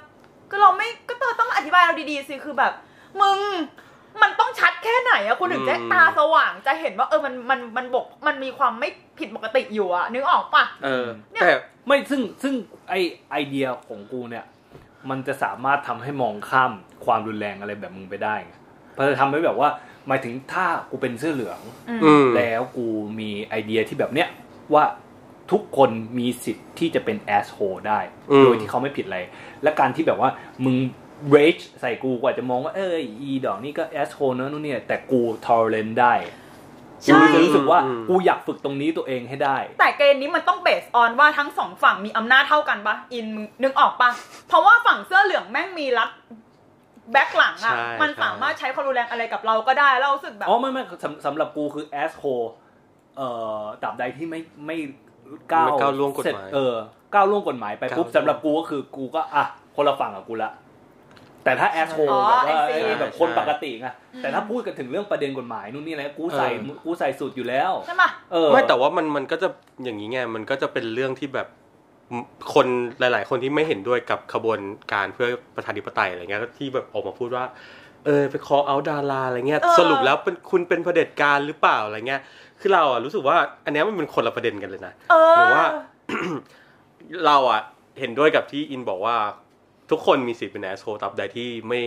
ก็เราไม่ก็เธอต้องมาอธิบายเราดีๆสิคือแบบ มึง มันต้องชัดแค่ไหนอะคุณถึงจะ อืม ตาสว่างจะเห็นว่า เออมันมันมันบกมันมีความไม่ผิดปกติอยู่อะนึกออกปะ เออ เนี่ย แต่ ไม่ซึ่งซึ่งไอไอเดียของกูเนี่ย มันจะสามารถทำให้มองข้ามความรุนแรงอะไรแบบมึงไปได้ไงเพราะจะทำให้แบบว่าหมายถึงถ้ากูเป็นเสื้อเหลือง อืม แล้วกูมีไอเดียที่แบบเนี้ยว่าทุกคนมีสิทธิ์ที่จะเป็นแอสโฮได้ อืม โดยที่เขาไม่ผิดอะไร และการที่แบบว่ามึง rage ใส่กูกว่าจจะมองว่าเอออีดอกนี่ก็แอสโฮเนอะนู่นเนี่ยแต่กูทอร์เรนได้กู ใช่ จะรู้สึกว่า อืม กูอยากฝึกตรงนี้ตัวเองให้ได้ แต่เกณฑ์นี้มันต้องเบสออนว่าทั้งสองฝั่งมีอำนาจเท่ากันปะอินมึงนึกออกปะเพราะว่าฝั่งเสื้อเหลืองแม่งมีรัดแบ็คหลังอะ ใช่ มัน ใช่ สามารถใช้ความรุนแรงอะไรกับเราก็ได้แล้วเรารู้สึกแบบ อ๋อไม่ไม่สำสำหรับกูคือแอสโ e เอ่อตราบใดที่ไม่ไม่ก้าว ไม่ก้าวล่วงกฎหมาย เออก้าวล่วงกฎหมายไปปุ๊บ ก้าวล่วง สำหรับกูก็คือกูก็อ่ะคนละฝั่งกับกูละแต่ถ้าแอสโ e อ๋อ แบบว่า I see เออแบบ ใช่ คนปกติไง อืม แต่ถ้าพูดกันถึงเรื่องประเด็นกฎหมายนู่นนี่อะไรกูใส่ เออ กูใส่สุดอยู่แล้ว ใช่ปะ เออ ไม่แต่ว่ามันมันก็จะอย่างนี้ไงมันก็จะเป็นเรื่องที่แบบมคนหลาย ๆ คนที่ไม่เห็นด้วยกับขบวนการเพื่อประชาธิปไตยอะไรเงี้ยที่แบบออกมาพูดว่า เออไป call out ดาราอะไรเงี้ยสรุปแล้วเป็นคุณเป็นเผด็จการหรือเปล่าอะไรเงี้ย คือเราอ่ะรู้สึกว่าอันเนี้ยมันเป็นคนละประเด็นกันเลยนะ เออ หรือว่า เราอ่ะเห็นด้วยกับที่อินบอกว่า ทุกคนมีสิทธิ์เป็นแอสโซตับใดที่ไม่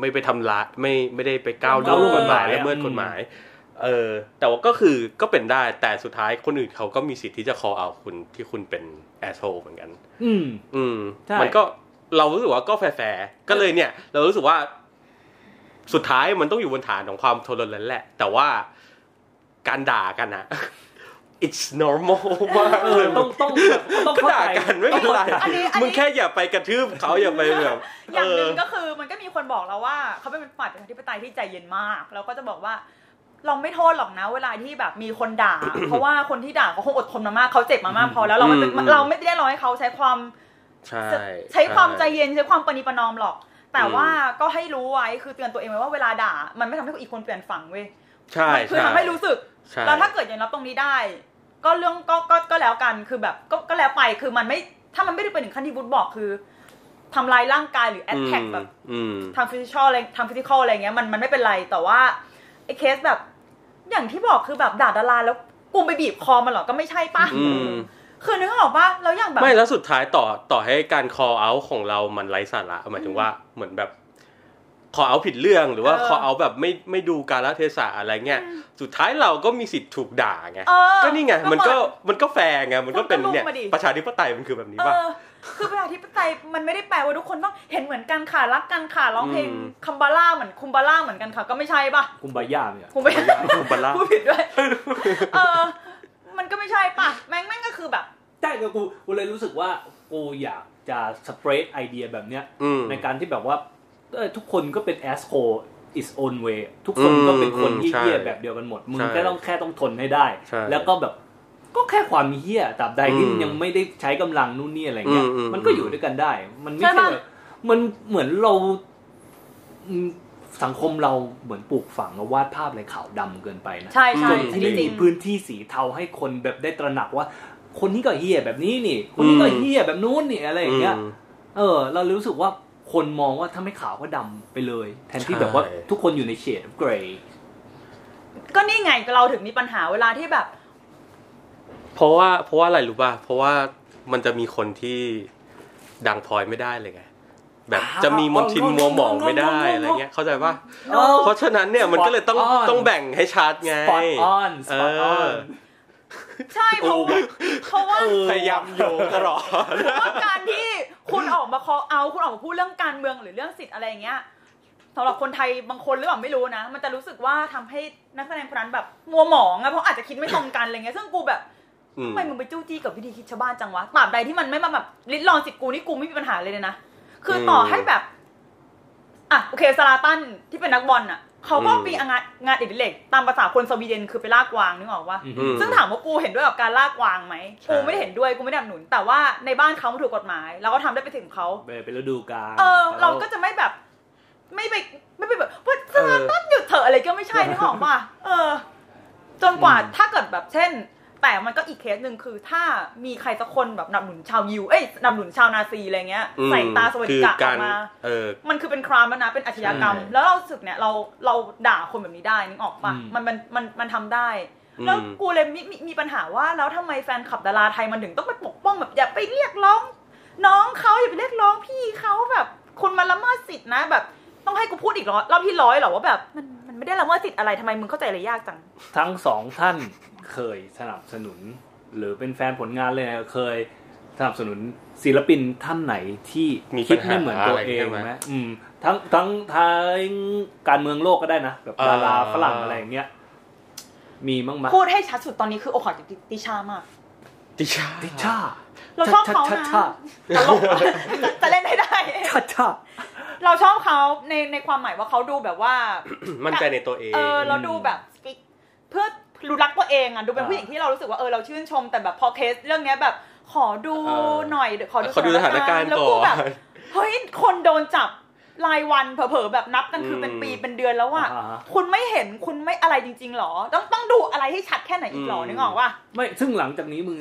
ไม่ไปทำร้ายไม่ไม่ได้ไปก้าวล่วงกฎหมายและเมิดกฎหมาย เออ แต่ว่าก็คือก็เป็นได้แต่สุดท้ายคนอื่นเขาก็มีสิทธิ์ที่จะ call out คุณที่คุณเป็นแอสโซเหมือนกัน อืม อืม ใช่ มันก็เรารู้สึกว่าก็แฟร์ๆก็เลยเนี่ย เรารู้สึกว่า สุดท้ายมันต้องอยู่บนฐานของความทนรนแหละ แต่ว่าการด่ากันอะ <laughs> it's normal มาก เอ เล อย ต้องต้องต้อง ก็ เข้า ด่า ใจ กันไม่เป็นไร อันนี้อัน มึง นี้ แค่อย่าไปกระทืบเขาอย่าไปแบบ อย่างหนึ่งก็คือมันก็มีคนบอกเราว่า เขาเป็นฝ่ายประชาธิปไตยที่ใจเย็นมาก แล้วก็จะบอกว่าเราไม่โทษหรอกนะ เวลาที่แบบมีคนด่า <coughs> เพราะว่าคนที่ด่าเขาคงอดทนมามากเขาเจ็บมามากพอแล้วเราไม่เป็นเราไม่ได้เรียกร้องให้เขาใช้ความ ใช่ ใช้ความใจ เย็น เย็นใช้ความปณีประนอมหรอก แต่ อืม ว่าก็ให้รู้ไว้คือเตือนตัวเองไว้ว่าเวลาด่า มันไม่ทำให้อีกคนเปลี่ยนฝั่งเว้ย ใช่ มัคือทำให้รู้สึก ใช่ แล้วถ้าเกิดยังรับตรงนี้ได้ ก็เรื่องก็ก็ก็แล้วกันคือแบบก็ก็แล้วไปคือมันไม่ถ้ามันไม่ได้เป็นถึงขั้นที่บุ๊ทบอกคือทำลายร่างกายหรือแอดแท็กแบบ อืม ทางฟิสิกอลอะไรทางฟิสิกอลอะไรเงี้ยมันมันไม่เป็นไรแต่ว่าไอ้เคสแบบ อย่างที่บอกคือแบบด่าดาราแล้วกูไปบีบคอมันเหรอก็ไม่ใช่ปะ อืม คือนึกออกป่ะแล้วอย่างแบบ ไม่แล้วสุดท้ายต่อต่อให้การ call out ของเรามันไร้สาระหมายถึงว่าเหมือนแบบ call out ผิดเรื่องหรือว่า เออ call out แบบไม่ไม่ดูกาลเทศะอะไรเงี้ยสุดท้ายเราก็มีสิทธิ์ถูกด่าไง เออ ก็นี่ไงมันก็ เปิด มันก็แฟร์ไงมันก็เป็น มันก็ลง เนี่ย มาดิ ประชาธิปไตยมันคือแบบนี้ เอ ป่ะ อคือประชาธิปไตยมันไม่ได้แปลว่าทุกคนต้องเห็นเหมือนกันค่ะรักกันค่ะร้องเพลง อืม คัมบาร่าเหมือนคุมบาร่าเหมือนกันค่ะก็ไม่ใช่ป่ะ คุมบาย่าเนี่ย คุมบาร่า คุณบัลล่า พูดผิดด้วย เออ มันก็ไม่ใช่ป่ะ แม่งแม่งก็คือแบบ แต่ก็กูกูเลยรู้สึกว่ากูอยากจะสเปรดไอเดียแบบเนี้ย อืม ในการที่แบบว่าเอ้ยทุกคนก็เป็น asshole is own way ทุกคนก็เป็นคน อืม ที่ ใช่ เหี้ยแบบเดียวกันหมด มึง ใช่ แค่ต้องแค่ต้องทนให้ได้ ใช่ แล้วก็แบบก็แค่ความเหี้ยตราบใดที่ อืม ยังไม่ได้ใช้กำลังนู่นนี่อะไรเงี้ย อืมอืม มันก็อยู่ด้วยกันได้ มันไม่ ใช่ ใช่ ปะ แบบมันเหมือนเราอืมสังคมเราเหมือนปลูกฝังและวาดภาพอะไรขาวดำเกินไปนะ ใช่ใช่ อื จนที่ จ ไม่ ริ มี งๆ พื้นที่สีเทาให้คนแบบได้ตระหนักว่า คนนี้ก็เฮียแบบนี้นี่ คนนี้ก็ อืม เฮียแบบนู้นนี่อะไรอย่างเงี้ย อืม เออ เรารู้สึกว่าคนมองว่าถ้าไม่ขาวก็ดำไปเลย แทนที่ ใช่ แบบว่าทุกคนอยู่ในเฉดเกรย์ ก็นี่ไงเราถึงมีปัญหาเวลาที่แบบ เพราะว่าเพราะว่าอะไรรู้ป่ะเพราะว่ามันจะมีคนที่ดังพลอยไม่ได้เลยไงแบบ อ่า จะมีมนทินมัวหมองไม่ได้ งงๆๆๆ อะไรเงี้ยเข้าใจป่ะ No เพราะฉะนั้นเนี่ยมันก็เลยต้อง Spot on ต้องแบ่งให้ชัดไง สปอตออนสปอตออ เออ น ใช่เพราะว่าเพราะว่า เออ พยายามโยงตลอด เพราะว่าการที่คุณออกมา call out คุณออกมาพูดเรื่องการเมืองหรือเรื่องสิทธิ์อะไรอย่างเงี้ยสำหรับคนไทยบางคนหรือเปล่าไม่รู้นะ มันจะรู้สึกว่าทำให้นักแสดงคนนั้นแบบมัวหมองอะเพราะอาจจะคิดไม่ตรงกันอะไรเงี้ยซึ่งกูแบบ อื ทำ ม ไมมึงไปจู้จี้กับวิธีคิดชาวบ้านจังวะตราบใดที่มันไม่มาแบบลิดรอนสิทธิ์กูนี่กูไม่มีปัญหาเลยนะคือต่อให้แบบ อ่ะโอเคซาลาตันที่เป็นนักบอลน่ะเขาก็มีงานงานอดิเรกตามภาษาคนสวีเดนคือไปลากวางนึกออกว่า อืม อืม ซึ่งถามว่ากูเห็นด้วยกับการลากวางไหม ใช่ กูไม่ได้เห็นด้วย กูไม่ได้สนับสนุน แต่ว่าในบ้านเขามันถูกกฎหมาย เราก็ทำได้ไปถึงเขา ไปเป็นฤดูกาล เออ เราก็จะไม่แบบ ไม่ไปไม่ไปแบบว่าจะมาตั้งหยุดเถอะอะไรก็ไม่ใช่นึกออกป่ะเออ จนกว่าถ้าเกิดแบบเช่น แต่มันก็อีกเคสหนึ่งคือถ้ามีใครสักคนแบบหนับหนุนชาวยิว เอ้ยหนับหนุนชาวนาซีอะไรเงี้ย อืม ใส่ตาสวัสดิกะ คือ ออรกมา เออ มันคือเป็นครามแล้วนะ เป็นอาชญากรรม ใช่ แล้วเรารู้สึกเนี่ยเราเราด่าคนแบบนี้ได้นึกออกปะ อืม มันมันมันมันทำได้ อืม แล้วกูเลยมีมีมีปัญหาว่าแล้วทำไมแฟนคลับดาราไทยมันถึงต้องไปปกป้องแบบอย่าไปเรียกร้อง น้องเขาอย่าไปเรียกร้องพี่เขาแบบคุณมาละเมิดสิทธินะแบบ ต้องให้กูพูดอีกร้อยรอบที่ร้อยเหรอว่าแบบมันมันไม่ได้ละเมิดสิทธิ์อะไรทำไมมึงเข้าใจอะไรยากจัง ทั้งสองท่านเคยสนับสนุน หรือเป็นแฟนผลงานเลยนะเคยสนับสนุนศิลปินท่านไหนที่ มี คิด ปัญหา ไม่เหมือนตัวเอง อะไรใช่ไห ไห ม มอืมทั้งทั้งทางการเมืองโลกก็ได้นะแบบดารา เออ ฝรั่งอะไรอย่างเงี้ยมีมั้างไหม พูดให้ชัดสุดตอนนี้คือโอคอร์ดติชามาก ติชา ติชา เราชอบเขา ชา นะ ชา ตลก <laughs> จะจะเล่นให้ได้ ชาชา เราชอบเขาในในความหมายว่าเขาดูแบบว่า มั่นใจในตัวเอง เออเราดูแบบ speak เพื่อรู้รักตัวเองอ่ะดูเป็น อ่า ผู้หญิงที่เรารู้สึกว่าเออเราชื่นชมแต่แบบพอเคสเรื่องเนี้ยแบบ ขอดู เออ หน่อยขอดู ขอดูสถานการณ์ แล้วกู ก่อน แบบเฮ้ยคนโดนจับรายวันเผลอๆแบบนับกันคืออ ม เป็นปีเป็นเดือนแล้วอ่ะ อ่าฮะ คุณไม่เห็นคุณไม่อะไรจริงๆหรอ ต้องต้องดูอะไรให้ชัดแค่ไหนอีกหรอ อืม นึกออกว่า ไม่ซึ่งหลังจากนี้มึง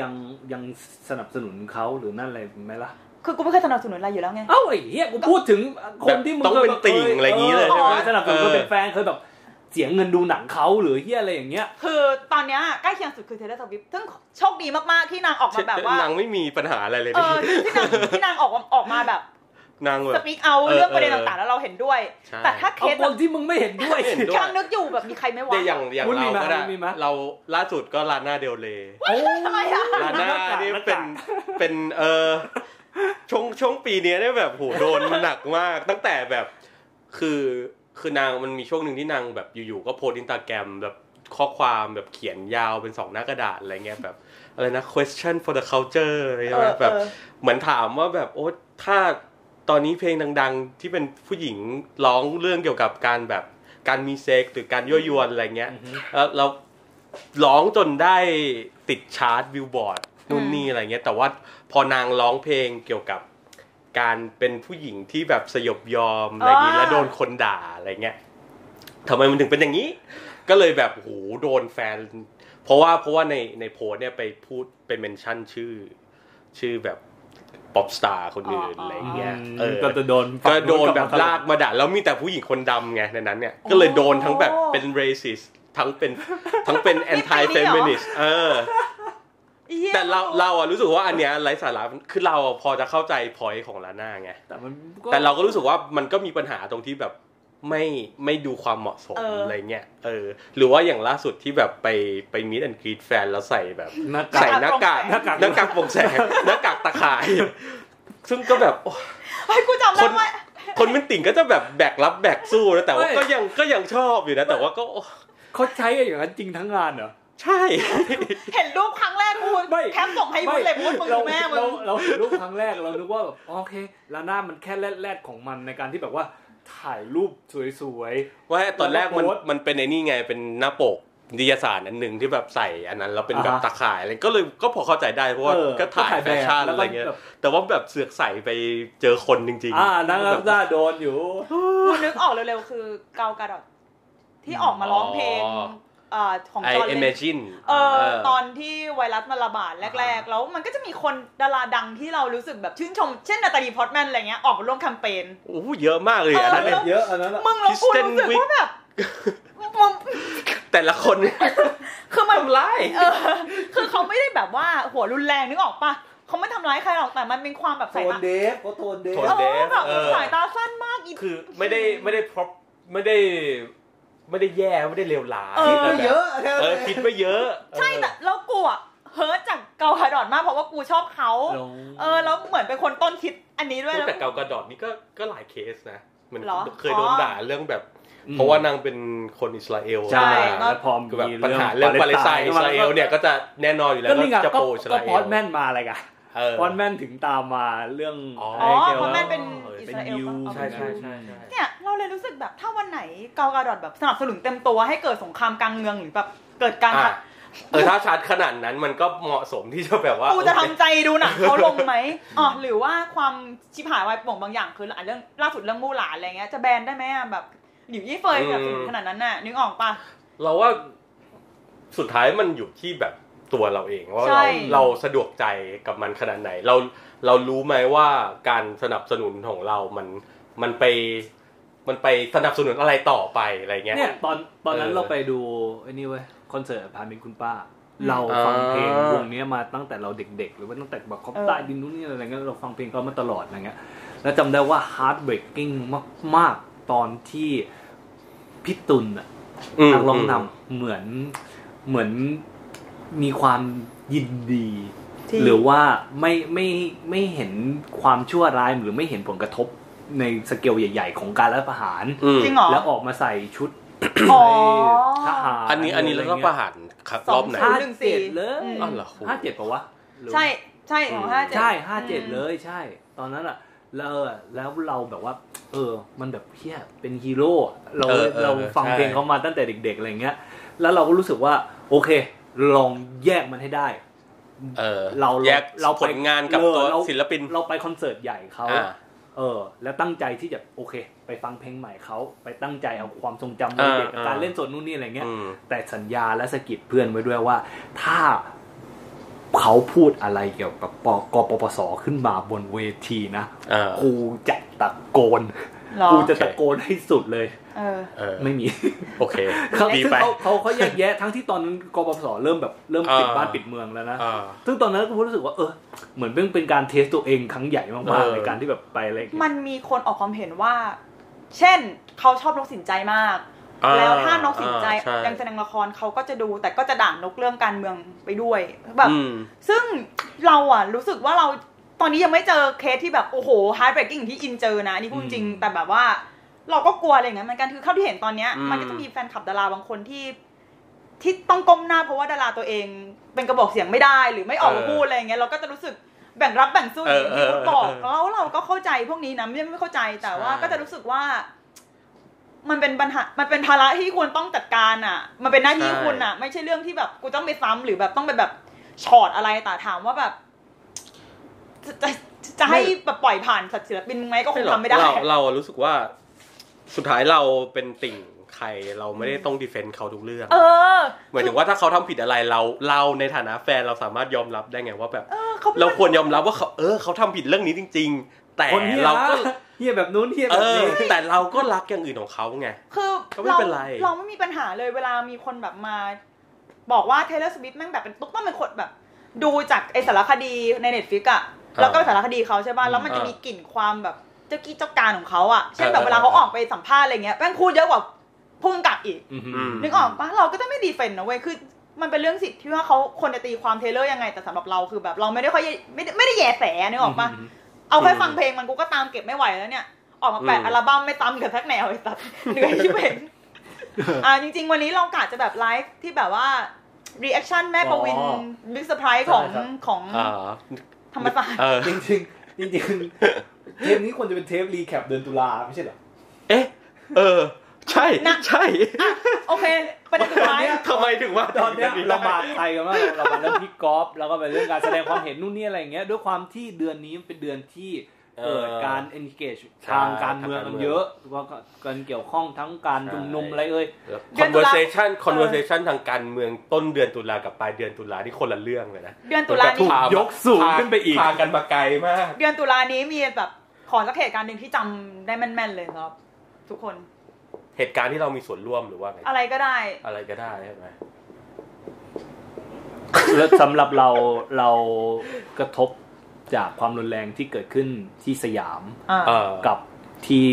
ยังยังสนับสนุนเขาหหรือนั่นอะไรไหมล่ะ คือกูไม่เคยสนับสนุนอะไรอยู่แล้วไง เอ้าไอ้เหี้ยกูพูดถึงคนที่มึง แบบต้องเป็นติ่งอะไรอย่างงี้เลยใช่ไหม สนับสนุนก็เป็นแฟนเคยแบบเสียเงินดูหนังเขาหรือเหี้ยอะไรอย่างเงี้ย คือตอนเนี้ยใกล้เคียงสุดคือเทเลสวิฟซึ่งโชคดีมากๆที่นางออกมาแบบว่าน างไม่มีปัญหาอะไรเลย เอ นะ อที่นางที่นางออกมาออกมาแบบ นางแบ ส บ ปีกเอา เออ เรื่องประเด็น เออ ต่างๆ แล้วเราเห็นด้วย ใช่ แต่ถ้าเค เอา ส ค แบ น บ ที่มึงไม่เห็นด้วย ไม่เห็นด้ว กำลังนึกอยู่แบบมีใครไม่วะ แต่อย่างอย่าง คุณมี เรา ไหม ก็ได้ คุณมีไหม เราล่าสุดก็ลาน่าเดลเล โอ้ ทำไมอ่ะ ลาน่านี่ รักษา เป็นเป็นเออช่วงช่วงปีเนี้ยได้แบบโหโดนหนักมาก ตั้งแต่แบบคือคือนางมันมีช่วงหนึ่งที่นางแบบอยู่ๆก็โพสต์อินสตาแกรมแบบข้อความแบบเขียนยาวเป็นสองหน้ากระดาษอะไรเงี้ยแบบอะไรนะ question for the culture อะไร เอ เงี้ อย แบบ เออ เหมือนถามว่าแบบโอ้ถ้าตอนนี้เพลงดัง ๆ ที่เป็นผู้หญิงร้องเรื่องเกี่ยวกับการแบบการมีเซ็กส์หรือการยั่วยวนอะไรเงี้ยแล้วเราร้องจนได้ติดชาร์ตบิลบอร์ดนู่นนี่อะไรเงี้ย แต่ว่าพอนางร้องเพลงเกี่ยวกับการเป็นผู้หญิงที่แบบสยบยอมอะไรอย่างนี้แล้วโดนคนด่าอะไรเงี้ยทำไมมันถึงเป็นอย่างนี้ ก็เลยแบบโหโดนแฟน เพราะว่าเพราะว่าในในโพสต์เนี่ยไปพูดเป็นเมนชั่นชื่อ ชื่อแบบป๊อปสตาร์คนอื่นอะไรอย่างเงี้ยเออ ก็จะโดน ก็โดนแบบลากมาด่าแล้วมีแต่ผู้หญิงคนดำไงในนั้นเนี่ย ก็เลยโดนทั้ง <laughs> แบบเป็นเรสิสทั้งเป็นทั้งเป็นแอนตี้เฟมินิสต์เออ อีหี้ย แต่เราเราอะรู้สึกว่าอันเนี้ยไร้สาระคือเราอะพอจะเข้าใจพอยของลาน่าไง แต่มัน แต่เราก็รู้สึกว่ามันก็มีปัญหาตรงที่แบบไม่ไม่ดูความเหมาะสม เอออ อะไรเงี้ยเออ หรือว่าอย่างล่าสุดที่แบบไปไปมิดแอนกรีดแฟนแล้วใส่แบบ หน้ากา ใส่ ก หน้ากาก หน้ากาก หน้ากากโปร่งแส <laughs> งหน้ากากตะข่าย ซึ่งก็แบบโอ้ย เฮ้ยกูจำได้ คน ว่า คนเป็นติ่งก็จะแบบแบกรับแบกสู้นะแต่ว่า ไม่ ก็ยังก็ยังชอบอยู่นะ แต่ว่าก็โอ้ เขาใช้อย่างนั้นจริงทั้งงานเหรอ ใช่ <laughs> เห็นรูปครั้งแรกกู ไม่ แคปส่งให้มึงเลยมึงมึง เรา แม่มึ เรา ง เราเห็นรูปครั้งแรกเรานึกว่าแบบอ๋อโอเคลาน่ามันแค่แรดๆของมันในการที่แบบว่าถ่ายรูปสวย ว่าตอนแรกมันมันเป็นไอ้นี่ไงเป็นหน้าปกนิตยสารอันหนึ่งที่แบบใส่อันนั้นแล้วเป็นแบบตะข่ายอะไรก็เลยก็พอเข้าใจได้เพ ๆ ราะว่า เออ ก็ถ่ายแฟชั่น แล้ว อะไร ก็ เงี้ย แบบ แต่ว่าแบบเสือกใส่ไปเจอคนจริง อ่านั่ง แบบ หน้าโดนอยู่ กูนึกออกเร็วๆคือเกากาดอทที่ออกมาร้องเพลง อ๋อ เอ่อของ ไอ จอห์น เอ เล เม น จิน เออตอนที่ไวรัสมันระบาดแรก ๆ แล้วมันก็จะมีคนดาราดังที่เรารู้สึกแบบชื่นชม เช่นนาตาลีพอตแมนอะไรเงี้ยออกมาร่วมแคมเปญ โอ้โหเยอะมากเลยอันนั้น เออ เนี่ย เยอะอันนั้นอะ มึงแล้วกูรู้สึก Kristen Wiig ว่าแบบมึง แต่ละคนเนี่ย คือมัน ทำไราย เออคือเขาไม่ได้แบบว่าหัวรุนแรงนึกออกปะเขาไม่ทำร้ายใครหรอกแต่มันเป็นความแบบ โท สาย น ตา เดฟเขาโทนเดฟ โท เอน เด อ ฟ แบบ เออ สายตาสั้นมากอี คือไม่ได้ไม่ได้พรอไม่ได้ไม่ได้แย่ไม่ได้เลวร้าย เออ แต่ ไม่ แบบ เยอะนะ เออคิดไม่เยอะ ใช่แต่แล้วกูอะเฮิร์ตจากเกาคาดอทมากเพราะว่ากูชอบเขา ลง เออแล้วเหมือนเป็นคนต้นคิดอันนี้ด้วย พูด แล้ว แต่เกากระดอดนี่ก็ก็หลายเคสนะเหมัน เหรอ เคยโดน อ๋อ ด่าเรื่องแบบ เพราะว่านางเป็นคนอิสราเอล ใช่ ใช่ แล้วพอ คือแบบ มี ปัญหาเรื่องปาเลสไตน์อิสราเอลเนี่ยก็จะแน่นอนอยู่แล้ว ก็นี่ไง ก็จะ ก็ โปรอิส ก็ ราเอ พลอดแมนมาอะไรกัน เออ พอดแมนถึงตามมาเรื่อง อ๋อ อ๋อ ไกี่ยว เพราะแม่นเป็น เออ อิส เป็น ราเอล ยู ปะ ใช่ใช่ใช่ใช่ เนี่ยเราเลยรู้สึกแบบถ้าวันไหนเกากาดอทแบบสนับสนุนเต็มตัวให้เกิดสงครามกลางเมืองหรือแบบเกิดการ อ่ะเออถ้าชัดขนาดนั้นมันก็เหมาะสมที่จะแบบว่า กูจะทำใจดูหนังเขาลงไหมอ๋อหรือว่าความชิบหายวายป่วงบางอย่างคืออ่ะเรื่องล่าสุดเรื่องมู่หลานอะไรเงี้ยจะแบนได้ไหมอะแบบหลิวยี่เฟยแบบสนับสนุนขนาดนั้นน่ะนึกออกปะ เราว่าสุดท้ายมันอยู่ที่แบบตัวเราเองว่า ใช่ เราเราสะดวกใจกับมันขนาดไหน เราเรารู้ไหมว่าการสนับสนุนของเรา มันมันไป มันไปสนับสนุนอะไรต่อไปอะไรเงี้ย เนี่ยตอนตอนนั้น เออ เราไปดูไอ้นี่เว้ยคอนเสิร์ตพามินคุณป้า อืม เราฟังเพลง อ่าว งเนี้ยมาตั้งแต่เราเด็กๆ หรือว่าตั้งแต่แบบเขา เออ ใต้ดินนู่นนี่อะไรเงี้ยเราฟังเพลงเขามาตลอดอะไรเงี้ยแล้วจำได้ว่า heartbreaking มากๆ ตอนที่พี่ตุลอะ นักร้องนำเหมือนเหมือนมีความยินดี ที่ หรือว่าไม่ไม่ไม่เห็นความชั่วร้ายหรือไม่เห็นผลกระทบในสเกลใหญ่ ๆ ของการรัฐประหาร อืม จริงเหรอ แล้วออกมาใส่ชุด อ๋อ ใน <coughs> ทหาร อันนี้อันนี้แล้วก็ประหารครับรอบไหน สอง ห้า สม เจ็ดเลย อืม อ้าวเหรอครู ห้าเจ็ดปะวะหรือ ใช่ใช่ของห้าเจ็ด ใช่ห้าเจ็ด อืม เลยใช่ ตอนนั้นอ่ะแล้วแล้วเราแบบว่า เออ มันแบบเฮียเป็นฮีโร่อะเรา เออเออ เราฟัง ใช่ เพลงเขามาตั้งแต่เด็กๆอะไรเงี้ย แล้วเราก็รู้สึกว่า โอเค ลองแยกมันให้ได้ เออ เรา แยก เราไป ผลงานกับ เออ ตัว เรา ศิลปิน เราไปคอนเสิร์ตใหญ่เขา อ่า เออ แล้วตั้งใจที่จะโอเค ไปฟังเพลงใหม่เขาไปตั้งใจเอาความทรงจำวัยเด็ก เออเออ การเล่นสดนู่นนี่อะไรเงี้ย อืม แต่สัญญาและสะกิดเพื่อนไว้ด้วยว่า ถ้าเขาพูดอะไรเกี่ยวกับปกปปสขึ้นมาบนเวทีนะ เออ กูจะตะโกน เหรอ กูจะตะโกนให้สุดเลย เออ เออ <laughs> ไม่มี โอเค เขา ดี ซึ่ง ไป เขาเขาเขาแยกแยะทั้งที่ตอนนั้นกปปสเริ่มแบบเริ่มปิด เออ บ้านปิดเมืองแล้วนะ อ่า ซึ่งตอนนั้นกูรู้สึกว่าเออเหมือนเป็นเป็นการเทสตัวเองครั้งใหญ่มาก เออๆในการที่แบบไปอะไรอย่างเงี้ย มันมีคนออกความเห็นว่า เช่นเขาชอบนกสินใจมาก อ่ แล้วถ้านกสินใจ อ่าช่ ยังแสดงละครเขาก็จะดู แต่ก็จะด่านกเรื่องการเมืองไปด้วยแบบ อืม ซึ่งเราอ่ะรู้สึกว่าเราตอนนี้ยังไม่เจอเคสที่แบบโอ้โหฮาร์ดเบรกกิ้งที่อินเจอนะอันนี่พูดจริง อืม แต่แบบว่า เราก็กลัวอะไรอย่างเงี้ยเหมือนกันคือเข้าที่เห็นตอนเนี้ย อืม มันก็จะมีแฟนคลับดาราบางคนที่ ที่ต้องก้มหน้าเพราะว่าดาราตัวเอง เป็นกระบอกเสียงไม่ได้หรือไม่ออกมาพูดอะไรอย่างเงี้ยเราก็จะรู้สึกแบ่งรับแบ่งสู้อย่างที่คุณบอกแล้วเราก็เข้าใจพวกนี้นะไม่ไม่เข้าใจแต่ว่าก็จะรู้สึกว่า มันเป็นปัญหา มันเป็นภาระที่ควรต้องจัดการอ่ะ มันเป็นหน้าที่ ใช่ คุณอ่ะ ไม่ใช่เรื่องที่แบบกูต้องไปซ้ำหรือแบบต้องไปแบบชอดอะไรแต่ถามว่าแบบ จะจะจะให้แบบปล่อยผ่านศิลปินมึงไหมก็คงทำไม่ได้ เราเรารู้สึกว่าสุดท้ายเราเป็นติ่งใครเราไม่ได้ต้องดีเฟนต์เขาทุกเรื่อง เออ หมายถึงว่าถ้าเขาทำผิดอะไรเราเราในฐานะแฟนเราสามารถยอมรับได้ไงว่าแบบ เออเขาป็น เราควรยอมรับว่าเขาเออเขาทำผิดเรื่องนี้จริง ๆ แต่ คนเฮีย เราก็ นะเฮียแบบนู้นเฮีย เอ แบบ อ นี้ แต่เราก็รักอย่างอื่นของเขาไง คือ ก็ไม่เป็นไร เราไม่มีปัญหาเลยเวลามีคนแบบมา บอกว่าเทเลสวิตแม่งแบบเป็นต้องเป็นคนแบบ ดูจากไอสารคดีในเน็ตฟิกอะ ครับ แล้วก็สารคดีเขาใช่ป่ะแล้วมันจะ อ่ามีมีกลิ่นความแบบเจ้ากี้เจ้าการของเขาอะเช่น เออ แบบเวลาเขา เออ ออกไปสัมภาษณ์อะไรเงี้ยแม่งพูดเยอะกว่าพุ่งกลับอีก อืม อืม นึกออกปะเราก็จะไม่ดีเฟนต์นะเว้ยคือ มันเป็นเรื่องสิทธิ์ที่ว่าเขาคนจะตีความเทเลอร์ยังไงแต่สำหรับเราคือแบบเราไม่ได้ค่อยไม่ได้ไม่ได้แย่แสนึกออกปะเอาแค่ฟังเพลงมันกูก็ตามเก็บไม่ไหวแล้วเนี่ย ออกมาแปด อืม อัลบั้มไม่ตามกันสักแนวไอ้สัสเหนื่อยที่เป็นอ่าจริง ๆ วันนี้เรากะจะแบบไลฟ์ที่แบบว่ารีแอคชั่นแม่ประวิน อ๋อ บิ๊กเซอร์ไพรส์ของ ใช่ครับ ของ อ่า ธรรมศาสตร์ เออ จริงจริงๆจริงๆเทปนี้ควรจะเป็นเทปรีแคปเดือนตุลาไม่ใช่เหรอ เอ๊ะเออ ใช่ใช่ โอเคประเด็นสุด <laughs> ท้าย ทำไมถึงว่า ตอนเนี้ย ถึง เรา ได้ มาไทยกันมากเรามาเรื่องพี่กอล์ฟแล้วก็เป็นเรื่องการแสดงความเห็นนู่นนี่อะไรอย่างเงี้ยด้วยความที่เดือนนี้มันเป็นเดือนที่ เออ เกิดการ engage ใช่ ทางการเมืองกัน ทางการเมือง เยอะว่ากันเกี่ยวข้องทั้งการชุมนุม ใช่ อะไรเอ่ย เดือนตุลา conversation conversation ทางการเมืองต้นเดือนตุลากับปลายเดือนตุลานี่คนละเรื่องเลยนะ เดือนตุลา ถู นี้ ก ยกสูงขึ้นไปอีก พากันมาไกลมาก เดือนตุลานี้มีแบบขอสักเหตุการณ์หนึ่งที่จำได้แม่นๆเลยครับ ทุกคน เหตุการณ์ที่เรามีส่วนร่วมหรือว่าไง อะไรก็ได้ อะไรก็ได้ใช่ไหม แล้วสำหรับเราเรากระทบจากความรุนแรงที่เกิดขึ้นที่สยาม อ่า เออ กับที่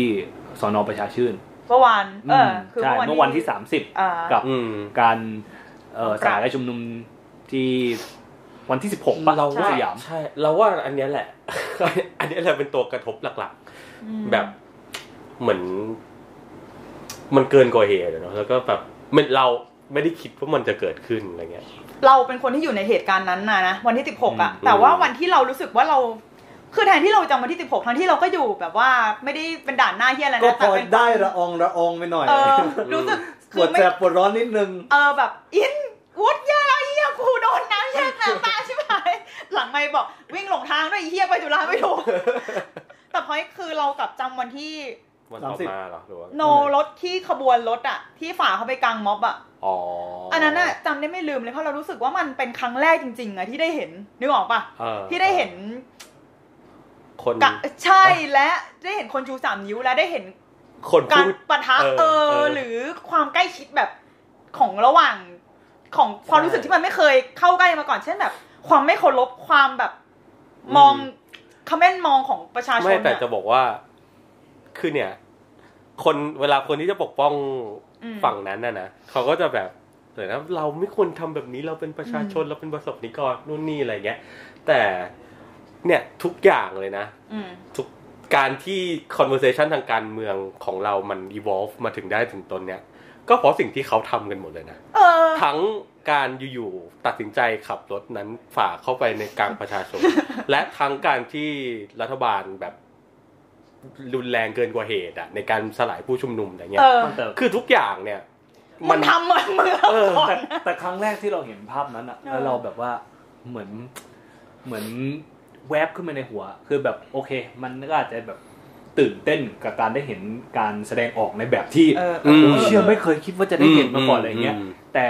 สอนอประชาชื่น เมื่อวานเออ ม คือ ใช่เมื่ เมื่ อ อ วั วัน น ที่ ที่ 30 อ่า กับ อืม การเอ่อสลายการชุมนุมที่วันที่ 16ป่ะ เรา ที่ ว่า สยาม ใช่เราว่าอันเนี้ยแหละ <laughs> อันเนี้ยแหละเป็นตัวกระทบหลัก อืม ๆ แบบเหมือน มันเกินกว่าเหตุอะเนอะแล้วก็แบบมันเราไม่ได้คิดว่ามันจะเกิดขึ้นอะไรเงี้ย เราเป็นคนที่อยู่ในเหตุการณ์นั้นนะนะวันที่ 16อ่ะ อืม แต่ว่าวันที่เรารู้สึกว่าเรา คือแทนที่เราจะจำวันที่ 16 ทั้งที่เราก็อยู่แบบว่าไม่ได้เป็นด่านหน้าเฮียอะไรนะ ก็พ แต่ อ เป็น ได้ระอองระอองไปหน่อย เออรู้สึก ปวคือ ด ไม่ แสบปวดร้อนนิดนึง เออแบบอินวุฒแย่แล้วเฮียกูโดนน้ำแช่น้ำตาใช่ไหมหลังไม่บอกวิ่งหลงทางด้วยไอ้เฮียไปจุฬาไม่ถูกแต่พอยคือเรากลับจำวันที่ มันต่อ สามสิบ มาเหรอหรือว่า โนรถที่ขบวนรถอ่ะที่ฝ่าเข้าไปกลางม็อบอ่ะ อ๋อ อันนั้นอะจำได้ไม่ลืมเลยเพราะเรารู้สึกว่ามันเป็นครั้งแรกจริงๆอะที่ได้เห็นนึกออกปะ เออ ที่ได้เห็น คน กะใช่และได้เห็นคนชูสามนิ้วและได้เห็น คน การ พูด ปะทะ เออ เออ เออ หรือความใกล้ชิดแบบของระหว่างของความ ใช่ รู้สึกที่มันไม่เคยเข้าใกล้มาก่อน เช่นแบบ ความไม่เคารพความแบบมอง อืม คอมเมนต์มองของประชาช ไม่ น แต่จะ อะ บอกว่าคือเนี่ย คนเวลาคนที่จะปกป้อง อืม ฝั่งนั้นน่ะนะเขาก็จะแบบเดี๋ยวนะเราไม่ควรทำแบบนี้เราเป็นประชาชนเราเป็นประสบนิกรนู่นนี่อะไรเงี้ย แต่เนี่ยทุกอย่างเลยนะ อืม ทุกการที่ conversation ทางการเมืองของเรามัน evolve มาถึงได้ถึงตอนเนี้ย ก็เพราะสิ่งที่เขาทำกันหมดเลยนะ เออ <laughs> ทั้งการอยู่ๆตัดสินใจขับรถนั้นฝ่าเข้าไปในกลางประชาชน และทั้งการที่รัฐบาลแบบรุนแรงเกินกว่าเหตุอะในการสลายผู้ชุมนุมอะไรเงี้ เอย อ แต่ คือทุกอย่างเนี่ย มึงทำเหมือนมึงเอา เออ ก่อน แต่แต่ครั้งแรกที่เราเห็นภาพนั้นอะ เออ แล้วเราแบบว่าเหมือนเหมือนแวบขึ้นมาในหัว คือแบบโอเค มันก็อาจจะแบบตื่นเต้นกับการได้เห็นการแสดงออกในแบบที่ เออ อืม โอ้เชื่อไม่เคยคิดว่าจะได้เห็นมาก่อนอะไรเงี้ย มม แต่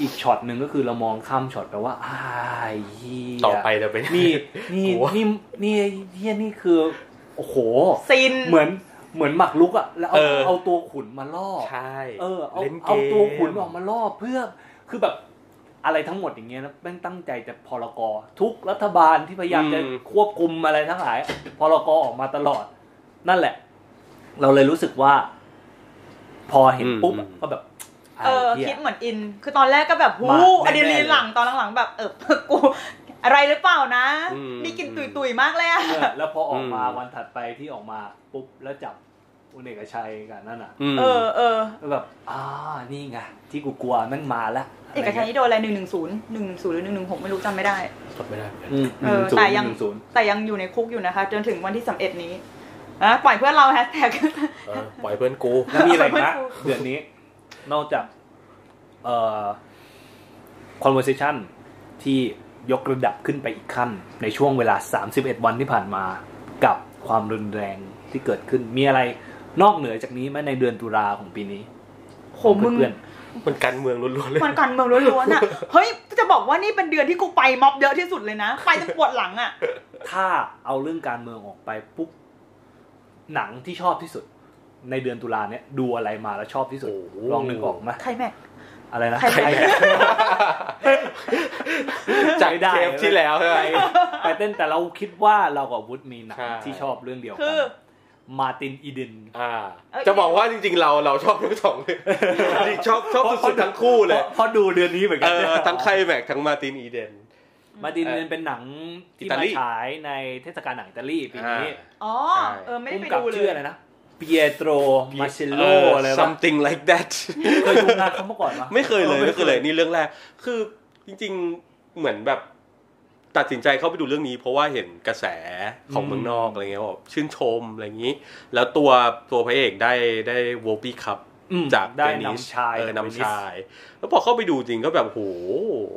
อีกช็อตหนึ่งก็คือเรามองข้ามช็อตไปว่าอ้ายเหี้ย ต่อไปจะเป็น นี่นี่ โอ้ นี่นี่เฮียนี่คือโอ้โห ซิน เหมือนเหมือนหมักลุกอะแล้วเอา เออ เอาตัวขุนมาล่อ ใช่ เออเอา ล่นก เอา ม ตัวขุนออกมาล่อเพื่อคือแบบอะไรทั้งหมดอย่างเงี้ยนะแม่งตั้งใจจะพรกรทุกรัฐบาลที่พยายามจะควบคุมอะไรทั้งหลายพรกรออกมาตลอด นั่นแหละ เราเลยรู้สึกว่า พอเห็นปุ๊บอะก็แบบ เออ ไหี้ย คิดเหมือนอิน คือตอนแรกก็แบบหู มา อะดรีนา แน่ ลี ๆ น เลย หลังตอนหลังๆแบบเอ <laughs> อ กู อะไรหรือเปล่านะ อืม นี่กินตุยตุยๆมากเลยอะ เออแล้วพอออกมา อืม วันถัดไปที่ออกมาปุ๊บแล้วจับอุณเอกชัยกับนั่นอ่ะ ม เออเออ ก็แบบอ่านี่ไงที่กูกลัวแม่งมาละ เอกชัยนี่โดนอะไรหนึ่งหนึ่งศูนย์หนึ่งศูนย์หรือหนึ่งหนึ่งหกไม่รู้จำไม่ได้ จำไม่ได้เหมือนกัน อืม เออ ศูน แต่ ย์ ยัง หนึ่งศูนย์ แต่ยังอยู่ในคุกอยู่นะคะ จนถึงวันที่ส1เอ็ดนี้นะปล่อยเพื่อนเราแฮชแท็ก เออปล่อยเพื่อนกู แล้วมีอะไรอีกนะ ไม่ถูก เดือนนี้ นอกจากเอ่อ conversation ที่ยกระดับขึ้นไปอีกขั้น ในช่วงเวลา 31 วันที่ผ่านมากับความรุนแรงที่เกิดขึ้น มีอะไรนอกเหนือจากนี้ไหมในเดือนตุลาของปีนี้ <laughs> โหมึง เพื่อน มันการเมืองล้วนๆเลย มันการเมืองล้วนๆอะเฮ้ย จะบอกว่านี่เป็นเดือนที่กูไปม็อบเยอะที่สุดเลยนะ ไปจนปวดหลังอะ <laughs> ๆถ้าเอาเรื่องการเมืองออกไปปุ๊บหนังที่ชอบที่สุด ในเดือนตุลาเนี่ยดูอะไรมาแล้วชอบที่สุด โอ้โห ลองนึกออกไหม ใครแม่ง อะไรนะ ใครไป <laughs> จาก ไม่ได้ เทปที่แล้วใช่ไหม ไปเต้นแต่เราคิดว่าเรากับวุฒิมีหนัง ใช่ ที่ชอบเรื่องเดียวกั คือ มาตินอีดิน อ่า เอ้ย จะบอกว่าจริงๆเราเราชอบทั้งสองเลยจริงชอบชอบ เพ สุ ราะ ดๆทั้งคู่ เพ เลย ราะเพราะดูเดือนนี้เหมือนกั เออทั้งไคลแม็กซ์ทั้งมาร์ตินอีเดน มาตินอีเอดิน อ เป็นหนังที่ อิตา มา ลี ฉายในเทศกาลหนังอิตาลีปีนี้ อ่า อ๋อ ใช่ เออไม่ได้ พุ่ม ไป กับ ดูเล ชื่อย อะไรนะเปียโตรมาเชลโลอะไรแบบเ something like that <laughs> เคยดูงานเขามาก่อนปะ ไม่เคยเลย ออ ไม่เคยเลยนี่เรื่องแรก คือจริงๆเหมือนแบบ ตัดสินใจเข้าไปดูเรื่องนี้ เพราะว่าเห็นกระแสของเมืองนอกอะไรเงี้ยบอกชื่นชมอะไรอย่างนี้ แล้วตัวตัวพระเอกได้ได้วอปี้คัพ อืม จาก ได้ เว นำชาย เออ จากเวส นำชาย แล้วพอเข้าไปดูจริงก็แบบโห <laughs>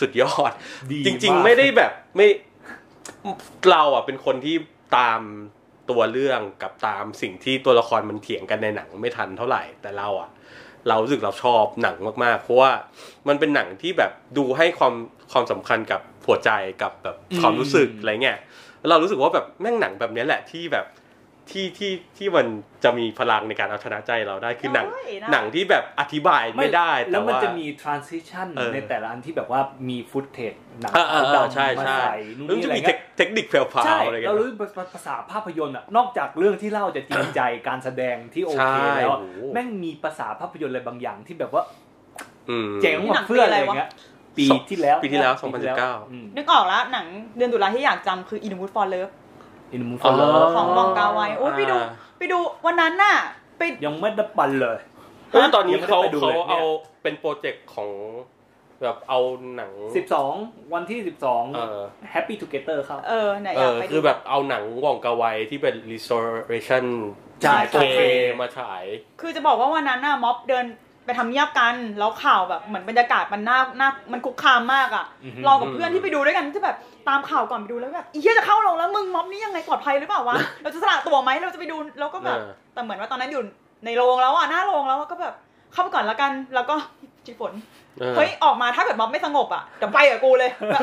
สุดยอด ดี จริง าก ๆ ไม่ได้แบบไม่เราอ่ะเป็นคนที่ตามตัวเรื่องกับตามสิ่งที่ตัวละครมันเถียงกันในหนังไม่ทันเท่าไหร่ แต่เราอ่ะ เรารู้สึกเราชอบหนังมากๆ เพราะว่ามันเป็นหนังที่แบบดูให้ความความสำคัญกับหัวใจกับแบบความรู้สึกอะไรเงี้ยเรารู้สึกว่าแบบแม่งหนังแบบเนี้ยแหละที่แบบที่ที่ที่มันจะมีพลังในการเอาชนะใจเราได้คือหนัง โอ้ยน่า หนังที่แบบอธิบายไม่ได้ต่า แล้วมันจะมี transition เออ ในแต่ละอันที่แบบว่ามีฟุตเทจหนัง เออเออเออ ดำ ใช่ มา ใช่ ใส่นู่น แล้วมัน นี่ จะมีอะไรเงี้ย เทคนิคแผ่ว ใช่ ๆอะไรเงี้ เรา ย รู้ภาษาภาพยนตร์อะนอกจากเรื่องที่เล่าจะจริงใจ การแสดงที่โอเคแล้วอะ ใช่โอ้ แม่งมีภาษาภาพยนตร์อะไรบางอย่างที่แบบว่า อืม เจ๋งกว่าเพื่อนอะไรอย่างเงี้ยปี สอง ที่แล้ว ปีที่แล้ว อืม นึกออกแล้วหนังเดือนตุลาที่อยากจำคือ In the Mood for Love In the Mood for Love อ๋อ ของบองกาไวโอ้ยไปดู อ่า ไปดูวันนั้นน่ะไป ยังไม่ได้ปันเลย เออตอนนี้ ยังไม่ได้ เขา ไปดู เขา เลยเนี่เอายเป็นโปรเจกต์ของแบบเอาหนัง 12 วันที่ เอ 12 อ Happy Together ครับ เออเนี่ย เอ อยาก อ ไปดู คือแบบเอาหนังวองกาไวที่เป็น restoration ใช่ 4K 4K มาฉาย คือจะบอกว่าวันนั้นน่ะม็อบเดินไปทำเนียบกันแล้วข่าวแบบเหมือนบรรยากาศมันน่าน่ามันคุกคามมากอ่ะ อือฮึ เรากับเพื่อนที่ไปดูด้วยกันจะแบบตามข่าวก่อนไปดูแล้วแบบอีเหี้ยจะเข้าลงแล้วมึงม็อบนี่ยังไงปลอดภัยหรือเปล่าวะ เราจะสละตัวไหมเราจะไปดูแล้วก็แบบ เออ แต่เหมือนว่าตอนนั้นอยู่ในโรงแล้วอ่ะหน้าโรงแล้วอะก็แบบเข้าไปก่อนละกันแล้วก็จิฝน ออ เฮ้ยออกมาถ้าเกิดม็อบไม่สงบอ่ะเดี๋ยวไปกับกูเลย <laughs> แบบ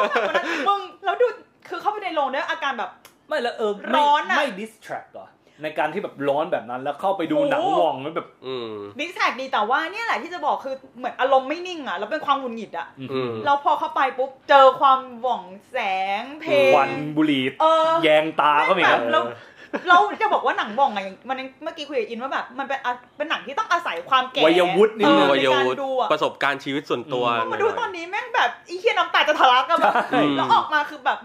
วันนั้นมึงแล้วดูคือเข้าไปในโรงด้วยอาการแบบ ไม่ละเออ ร้อนอะ ไม่ distract เหรอ ในการที่แบบร้อนแบบนั้นแล้วเข้าไปดูหนังวองแล้วแบบ อืม ดิสแท็กดีแต่ว่าเนี่ยแหละที่จะบอกคือเหมือนอารมณ์ไม่นิ่งอ่ะแล้วเป็นความหงุดหงิดอ่ะ อืม เราพอเข้าไปปุ๊บเจอความหว่องแสงเพลง ควันบุหรี่ เออ แยงตาก็มี แบ นะ บเราเราจะบอกว่าหนังบ่องไงมันเมื่อกี้คุยกับอินว่าแบบมันเป็นอ่ะเป็นหนังที่ต้องอาศัยความแก่ วัยวุฒินิด เอ นึ อง ในการดูอ่ะ ประสบการณ์ชีวิตส่วนตัว อื มาดูตอนนี้แม่งแบบอีเคียน้ำตาจะทะลักอะแบบ ใช่ แล้วออกมาคือแบบ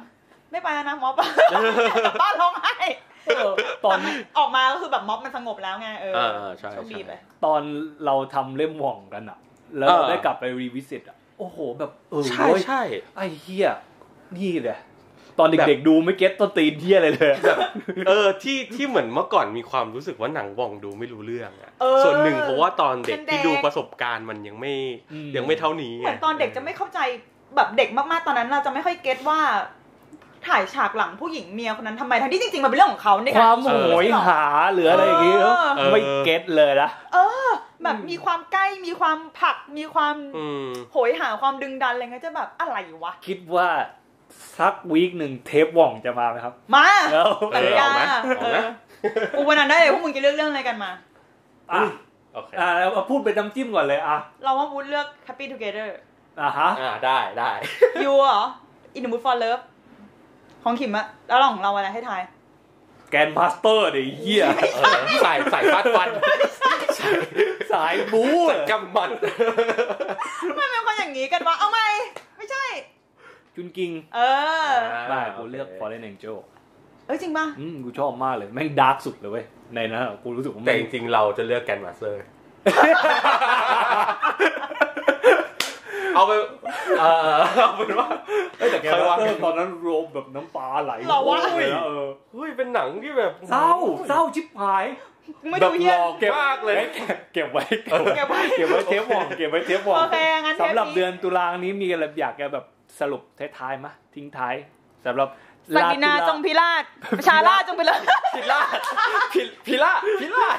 ไม่ไปแล้วนะม็ <laughs> อบ กลับบ้านร้องไห้ เออตอน ออกมาก็คือแบบม็อบมันสงบแล้วไงเออ เออเออใช่ โชคดี ใช่ ไป ตอนเราทำเล่มหว่องกันอะแล้วเรา เออ ได้กลับไปรีวิสิตอะโอ้โหแบบเออ ใช่ เว้ย ใช่ ไอ้เฮียนี่เลยตอน แบบ เด็กๆดูไม่เก็ตต้นตีนเฮียอะไรเลย เออที่ที่เหมือนเมื่อก่อนมีความรู้สึกว่าหนังวองดูไม่รู้เรื่องอะ เออ ส่วนหนึ่งเพราะว่าตอนเด็ก เป็นเด็ก ที่ดูประสบการณ์มันยังไม่ยังไม่เท่านี้ไง เหมือนตอนเด็กจะไม่เข้าใจแบบเด็กมากๆตอนนั้นเราจะไม่ค่อยเก็ตว่า ถ่ายฉากหลังผู้หญิงเมียคนนั้นทำไมทั้งที่จริงๆมันเป็นเรื่องของเขาใน ค การ วาม เอ โหย อ หาหรืออะไรอย่างเงี้ย เออ ไม่เก็ตเลยนะ แบบมีความใกล้มีความผลักมีความ อืม โหยหาความดึงดันอะไรเงี้ยจะแบบอะไรวะ คิดว่าสักวีคหนึ่งเทปหว่องจะมาไหมครับ มา แล้ว เอ สัญ อ ญา เอาไหมเอาไหม เออกูวันนั้นได้เลยพวกมึงจะเลือกเรื่องอะไรกันมา อ่ะ โอเค อ่ะแล้วมาพูดเป็นน้ำจิ้มก่อนเลยอ่ะ เราว่าวุ้นเลือก Happy Together อ่ะฮะ อ่าได้ได้ you เหรอ In the Mood for Love ของขิมอะแล้วของเราอะไรให้ทาย แกนมาสเตอร์ดิเฮี <laughs> ย เออใส่ใส่ฟาดฟัน สายบู๊ ใส่กำมัน ไม่เป็นคนอย่างนี้กันวะเอาไหมไม่ใช่ จุนกิง เออ ไม่กูเลือก Fallen Angel เอ้ยจริงปะ อืมกูชอบมากเลย แม่งดาร์กสุดเลยเว้ย ในนั้นอะกูรู้สึกว่า แต่ แม่ง จริงๆเราจะเลือกแกนมาสเตอร์ <laughs> เอาไปเออเอาเป็นว่า เอ้ยแต่แก ใครวะ เออตอนนั้นโรมแบบน้ำตาไหล เหรอวะ เลยนเออ เฮ้ยเป็นหนังที่แบบ เศร้าเศร้าชิบหาย ไม่ แบ ดู บ เฮี หล ย อกมากเลย เก็บไว้เก็บไว้ เก็บไว้ เก็บไว้เทปหว่องเก็บไว้เทปหว่อง โอเคงั้นเทปนี้ สำหรับเดือนตุลานี้มีอะไรอยากจะแบบสรุปท้ายๆมะทิ้งท้ายสำหรับ สักดินา ล จงพิราชประชาราชจงพิราช พิ <laughs> ล่าชพิพิล่าชพิล่าช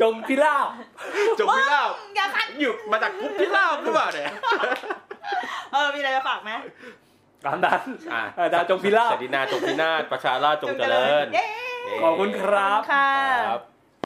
จงพิราบ <laughs> จงพิล่าช อย่าขัด อยู่มาจากกรุ๊ปพิล่าชหรือเปล่าเนี่ย เออมีอะไรจะฝากไหม ตามนั้น อ่า เออดาวจงพิราบ สดินาจงพินาศประชาราชจงเจริญ เย้ ขอบคุณค ขอ รั บบ คุณค่ะ ครับ